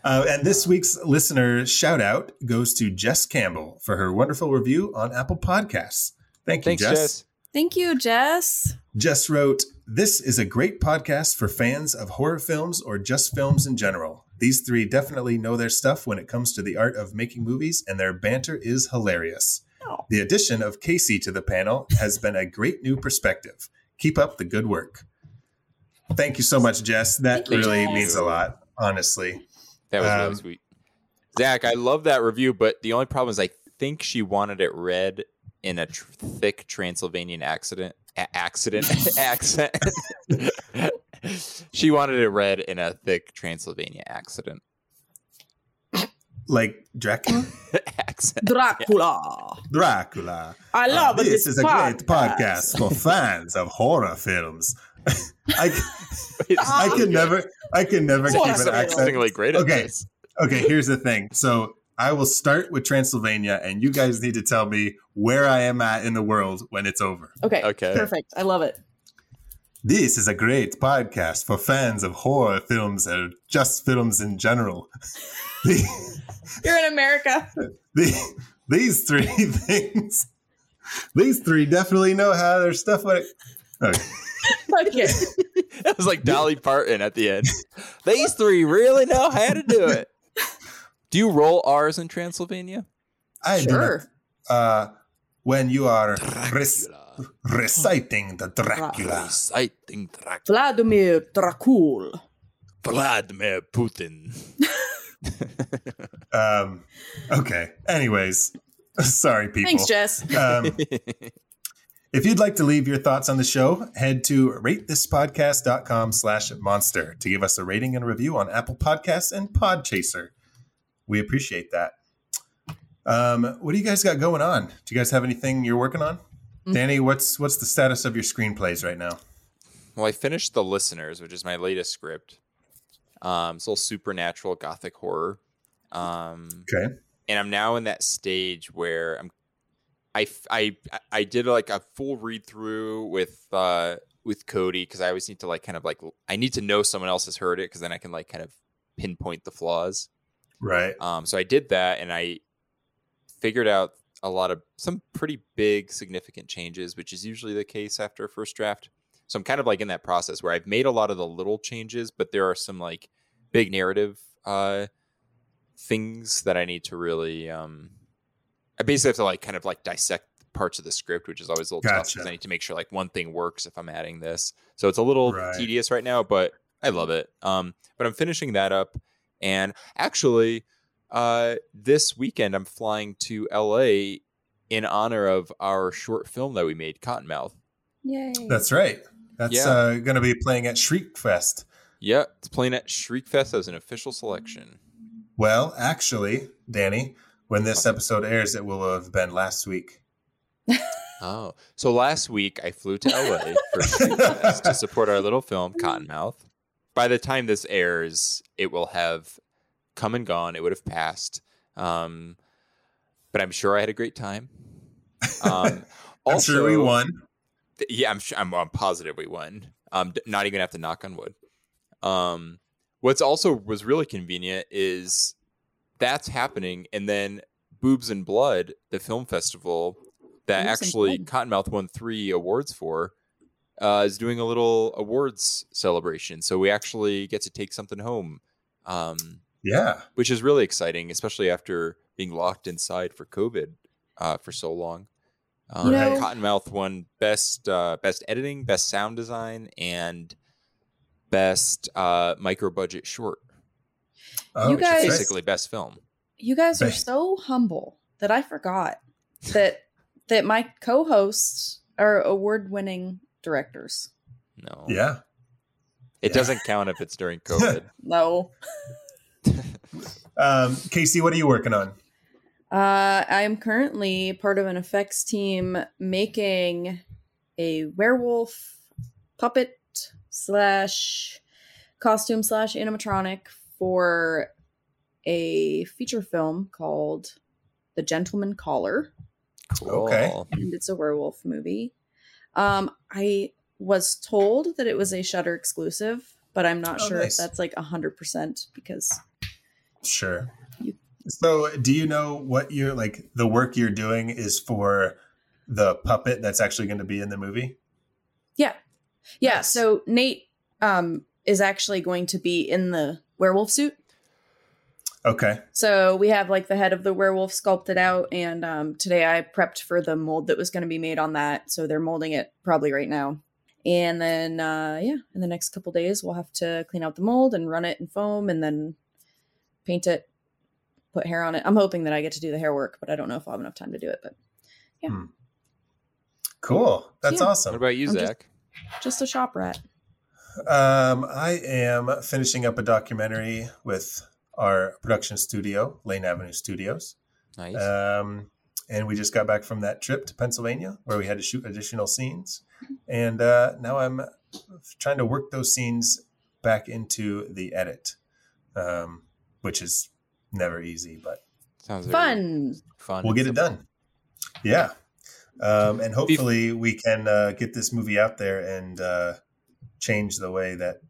uh, and this week's listener shout out goes to Jess Campbell for her wonderful review on Apple Podcasts. Thank you,
Thanks,
Jess.
Jess.
Thank you, Jess.
Jess wrote, This is a great podcast for fans of horror films or just films in general. These three definitely know their stuff when it comes to the art of making movies, and their banter is hilarious.
Oh.
The addition of Casey to the panel has been a great new perspective. Keep up the good work. Thank you so much, Jess. That
Thank you,
really
Jess.
means a lot, honestly.
That was
Um,
really sweet. Zach, I love that review, but the only problem is I think she wanted it read in a tr- thick Transylvanian accident a- accident accent. she wanted it read in a thick Transylvania accident
Like Dracula?
accent.
Dracula.
Dracula.
I love
Uh,
this.
This is a great podcast for fans of horror films. I, I can never, I can never keep
Zach's
an accent.
amazingly great at
Okay.
this.
Okay, here's the thing. So I will start with Transylvania, and you guys need to tell me where I am at in the world when it's over.
Okay.
Okay.
Perfect. I love it.
This is a great podcast for fans of horror films or just films in general. The-
You're in America.
the, these three things, these three definitely know how their stuff. When it, okay.
Okay.
It was like Dolly Parton at the end. These three really know how to do it. Do you roll R's in Transylvania?
I do not
sure.
uh, when you are rec- reciting the Dracula.
Reciting Drac-
Vladimir Dracul.
Vladimir Putin.
Um, okay. Anyways, sorry, people.
Thanks, Jess.
Um, if you'd like to leave your thoughts on the show, head to ratethispodcast.com slash monster to give us a rating and review on Apple Podcasts and Podchaser. We appreciate that. Um, what do you guys got going on? Do you guys have anything you're working on? Danny, what's what's the status of your screenplays right now?
Well, I finished The Listeners, which is my latest script. Um, it's a little supernatural gothic horror. Um,
Okay.
and I'm now in that stage where I'm I f- I I did like a full read through with uh with Cody because I always need to like kind of like l- I need to know someone else has heard it because then I can like kind of pinpoint the flaws.
Right.
Um, so I did that and I figured out a lot of some pretty big significant changes, which is usually the case after a first draft. So I'm kind of like in that process where I've made a lot of the little changes, but there are some like big narrative uh, things that I need to really. Um, I basically have to like kind of like dissect parts of the script, which is always a little tough because
Gotcha.
I need to make sure like one thing works if I'm adding this. So it's a little
Right.
tedious right now, but I love it. Um, but I'm finishing that up, and actually, uh, this weekend I'm flying to LA in honor of our short film that we made, Cottonmouth.
Yay.
That's right. That's
Yeah.
uh, going to be playing at Shriek Fest.
Yeah, it's playing at Shriek Fest as an official selection.
Well, actually, Danny, when this episode airs, it will have been last week.
Oh, so last week I flew to LA for Street Fest to support our little film Cottonmouth. By the time this airs, it will have come and gone. It would have passed. Um, but I'm sure I had a great time. Um,
I'm sure we
also-
won.
th- yeah, I'm sure, I'm, I'm positive we won. Um, d- not even have to knock on wood. Um, what's also was really convenient is that's happening, and then Boobs and Blood, the film festival that
Boobs and
actually Cottonmouth won three awards for, uh, is doing a little awards celebration. So we actually get to take something home, um,
Yeah.
which is really exciting, especially after being locked inside for COVID uh, for so long. Um,
You know-
Cottonmouth won best uh, best editing, best sound design, and best uh, micro budget short.
Oh,
You
which is
guys-
basically best film.
You guys are
Right.
so humble that I forgot that that my co-hosts are award-winning directors.
No,
Yeah.
it
Yeah.
doesn't count if it's during COVID.
No.
Um, Casey, what are you working on?
Uh, I am currently part of an effects team making a werewolf puppet slash costume slash animatronic for a feature film called The Gentleman Caller,
cool.
Okay.
and it's a werewolf movie. Um, I was told that it was a Shutter exclusive, but I'm not
Oh,
sure
nice.
if that's like hundred percent because
Sure.
You-
So, do you know what you're like? The work you're doing is for the puppet that's actually going to be in the movie.
Yeah. Yeah.
Nice.
So Nate um, is actually going to be in the werewolf suit.
Okay.
So we have like the head of the werewolf sculpted out. And um, today I prepped for the mold that was going to be made on that. So they're molding it probably right now. And then, uh, yeah, in the next couple days, we'll have to clean out the mold and run it in foam and then paint it, put hair on it. I'm hoping that I get to do the hair work, but I don't know if I'll have enough time to do it. But
Cool. That's
Yeah.
What
awesome.
about you,
I'm just-
Zach?
just a shop rat.
Um, I am finishing up a documentary with our production studio, Lane Avenue Studios.
Nice.
Um, and we just got back from that trip to Pennsylvania where we had to shoot additional scenes. And uh, now I'm trying to work those scenes back into the edit, um, which is never easy, but
Sounds very
Fun.
Fun.
we'll get it done. Yeah. Um, and hopefully we can uh, get this movie out there and uh, change the way that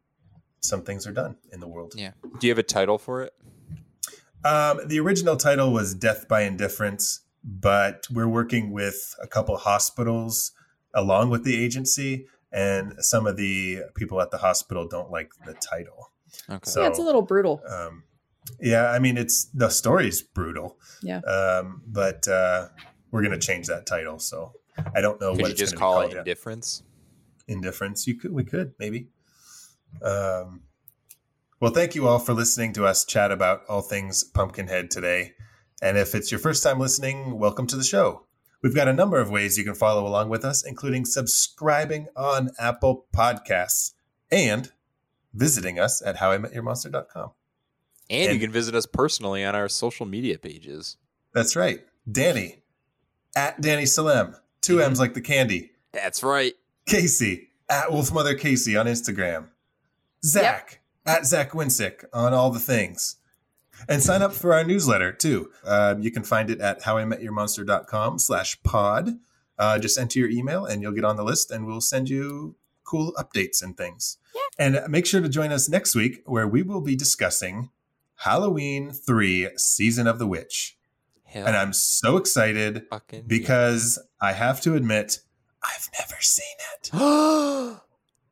some things are done in the world.
Yeah. Do you have a title for it?
Um, the original title was Death by Indifference, but we're working with a couple hospitals along with the agency, and some of the people at the hospital don't like the title.
Okay.
So-
yeah, it's a little brutal.
Um, yeah, I mean, it's the story's brutal.
Yeah.
Um, but uh, we're gonna change that title, so I don't know
Could
what
you
it's
just
gonna
call
be
it
called yet.
indifference?
Indifference. You could, we could maybe. Um, well, thank you all for listening to us chat about all things Pumpkinhead today. And if it's your first time listening, welcome to the show. We've got a number of ways you can follow along with us, including subscribing on Apple Podcasts and visiting us at howimetyourmonster.com.
And,
And-
you can visit us personally on our social media pages.
That's right. Danny, at Danny Salem, 2 M's like the candy.
That's right.
Casey at Wolfmother Casey on Instagram. Zach at Zach Winsick on all the things. And sign up for our newsletter too. Um, you can find it at howimetyourmonster.com slash pod. Uh, just enter your email and you'll get on the list and we'll send you cool updates and things. And make sure to join us next week where we will be discussing Halloween 3 Season of the Witch.
Hell
And I'm so excited
fucking
because I have to admit, I've never seen it.
yeah.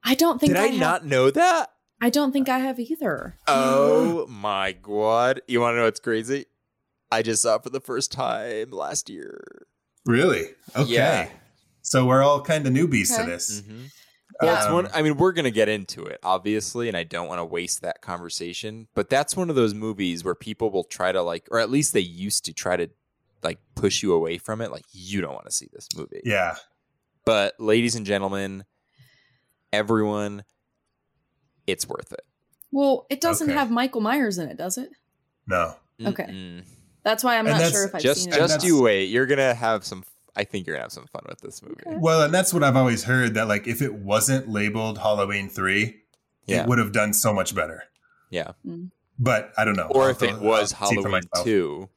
I don't think
Did
I,
I
have,
not know that?
I don't think I have either.
Oh my god. You want to know what's crazy? I just saw it for the first time last year.
Really? Okay.
Yeah.
So we're all kind of newbies
Okay.
to this.
Mhm. Well, it's
Um,
one. I mean, we're gonna get into it, obviously, and I don't want to waste that conversation. But that's one of those movies where people will try to like, or at least they used to try to like push you away from it. Like, you don't want to see this movie.
Yeah.
But, ladies and gentlemen, everyone, it's worth it.
Well, it doesn't
Okay.
have Michael Myers in it, does it?
No.
Okay.
Mm-mm.
That's why I'm
And
not
that's-
sure if I've
Just
seen it.
just
that's-
you wait. You're gonna have some. I think you're gonna have some fun with this movie.
Well, and that's what I've always heard that like if it wasn't labeled Halloween 3,
Yeah.
it would have done so much better.
Yeah.
But I don't know.
Or
I'll
if
have
it
to-
was
I'll see for
Halloween
myself.
two,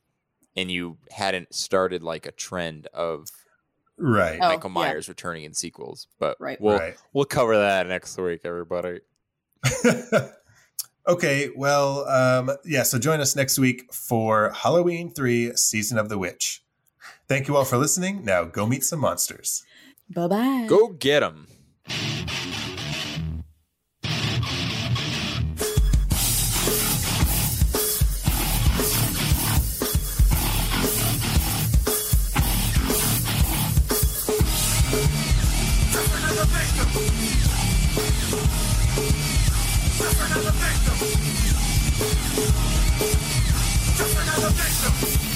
and you hadn't started like a trend of
Right.
Oh,
Michael
yeah.
Myers returning in sequels. But
Right.
we'll
Right.
we'll cover that next week, everybody.
okay. Well, um, yeah. So join us next week for Halloween 3 Season of the Witch. Thank you all for listening. Now go meet some monsters.
Bye bye.
Go get him.
Just another victim.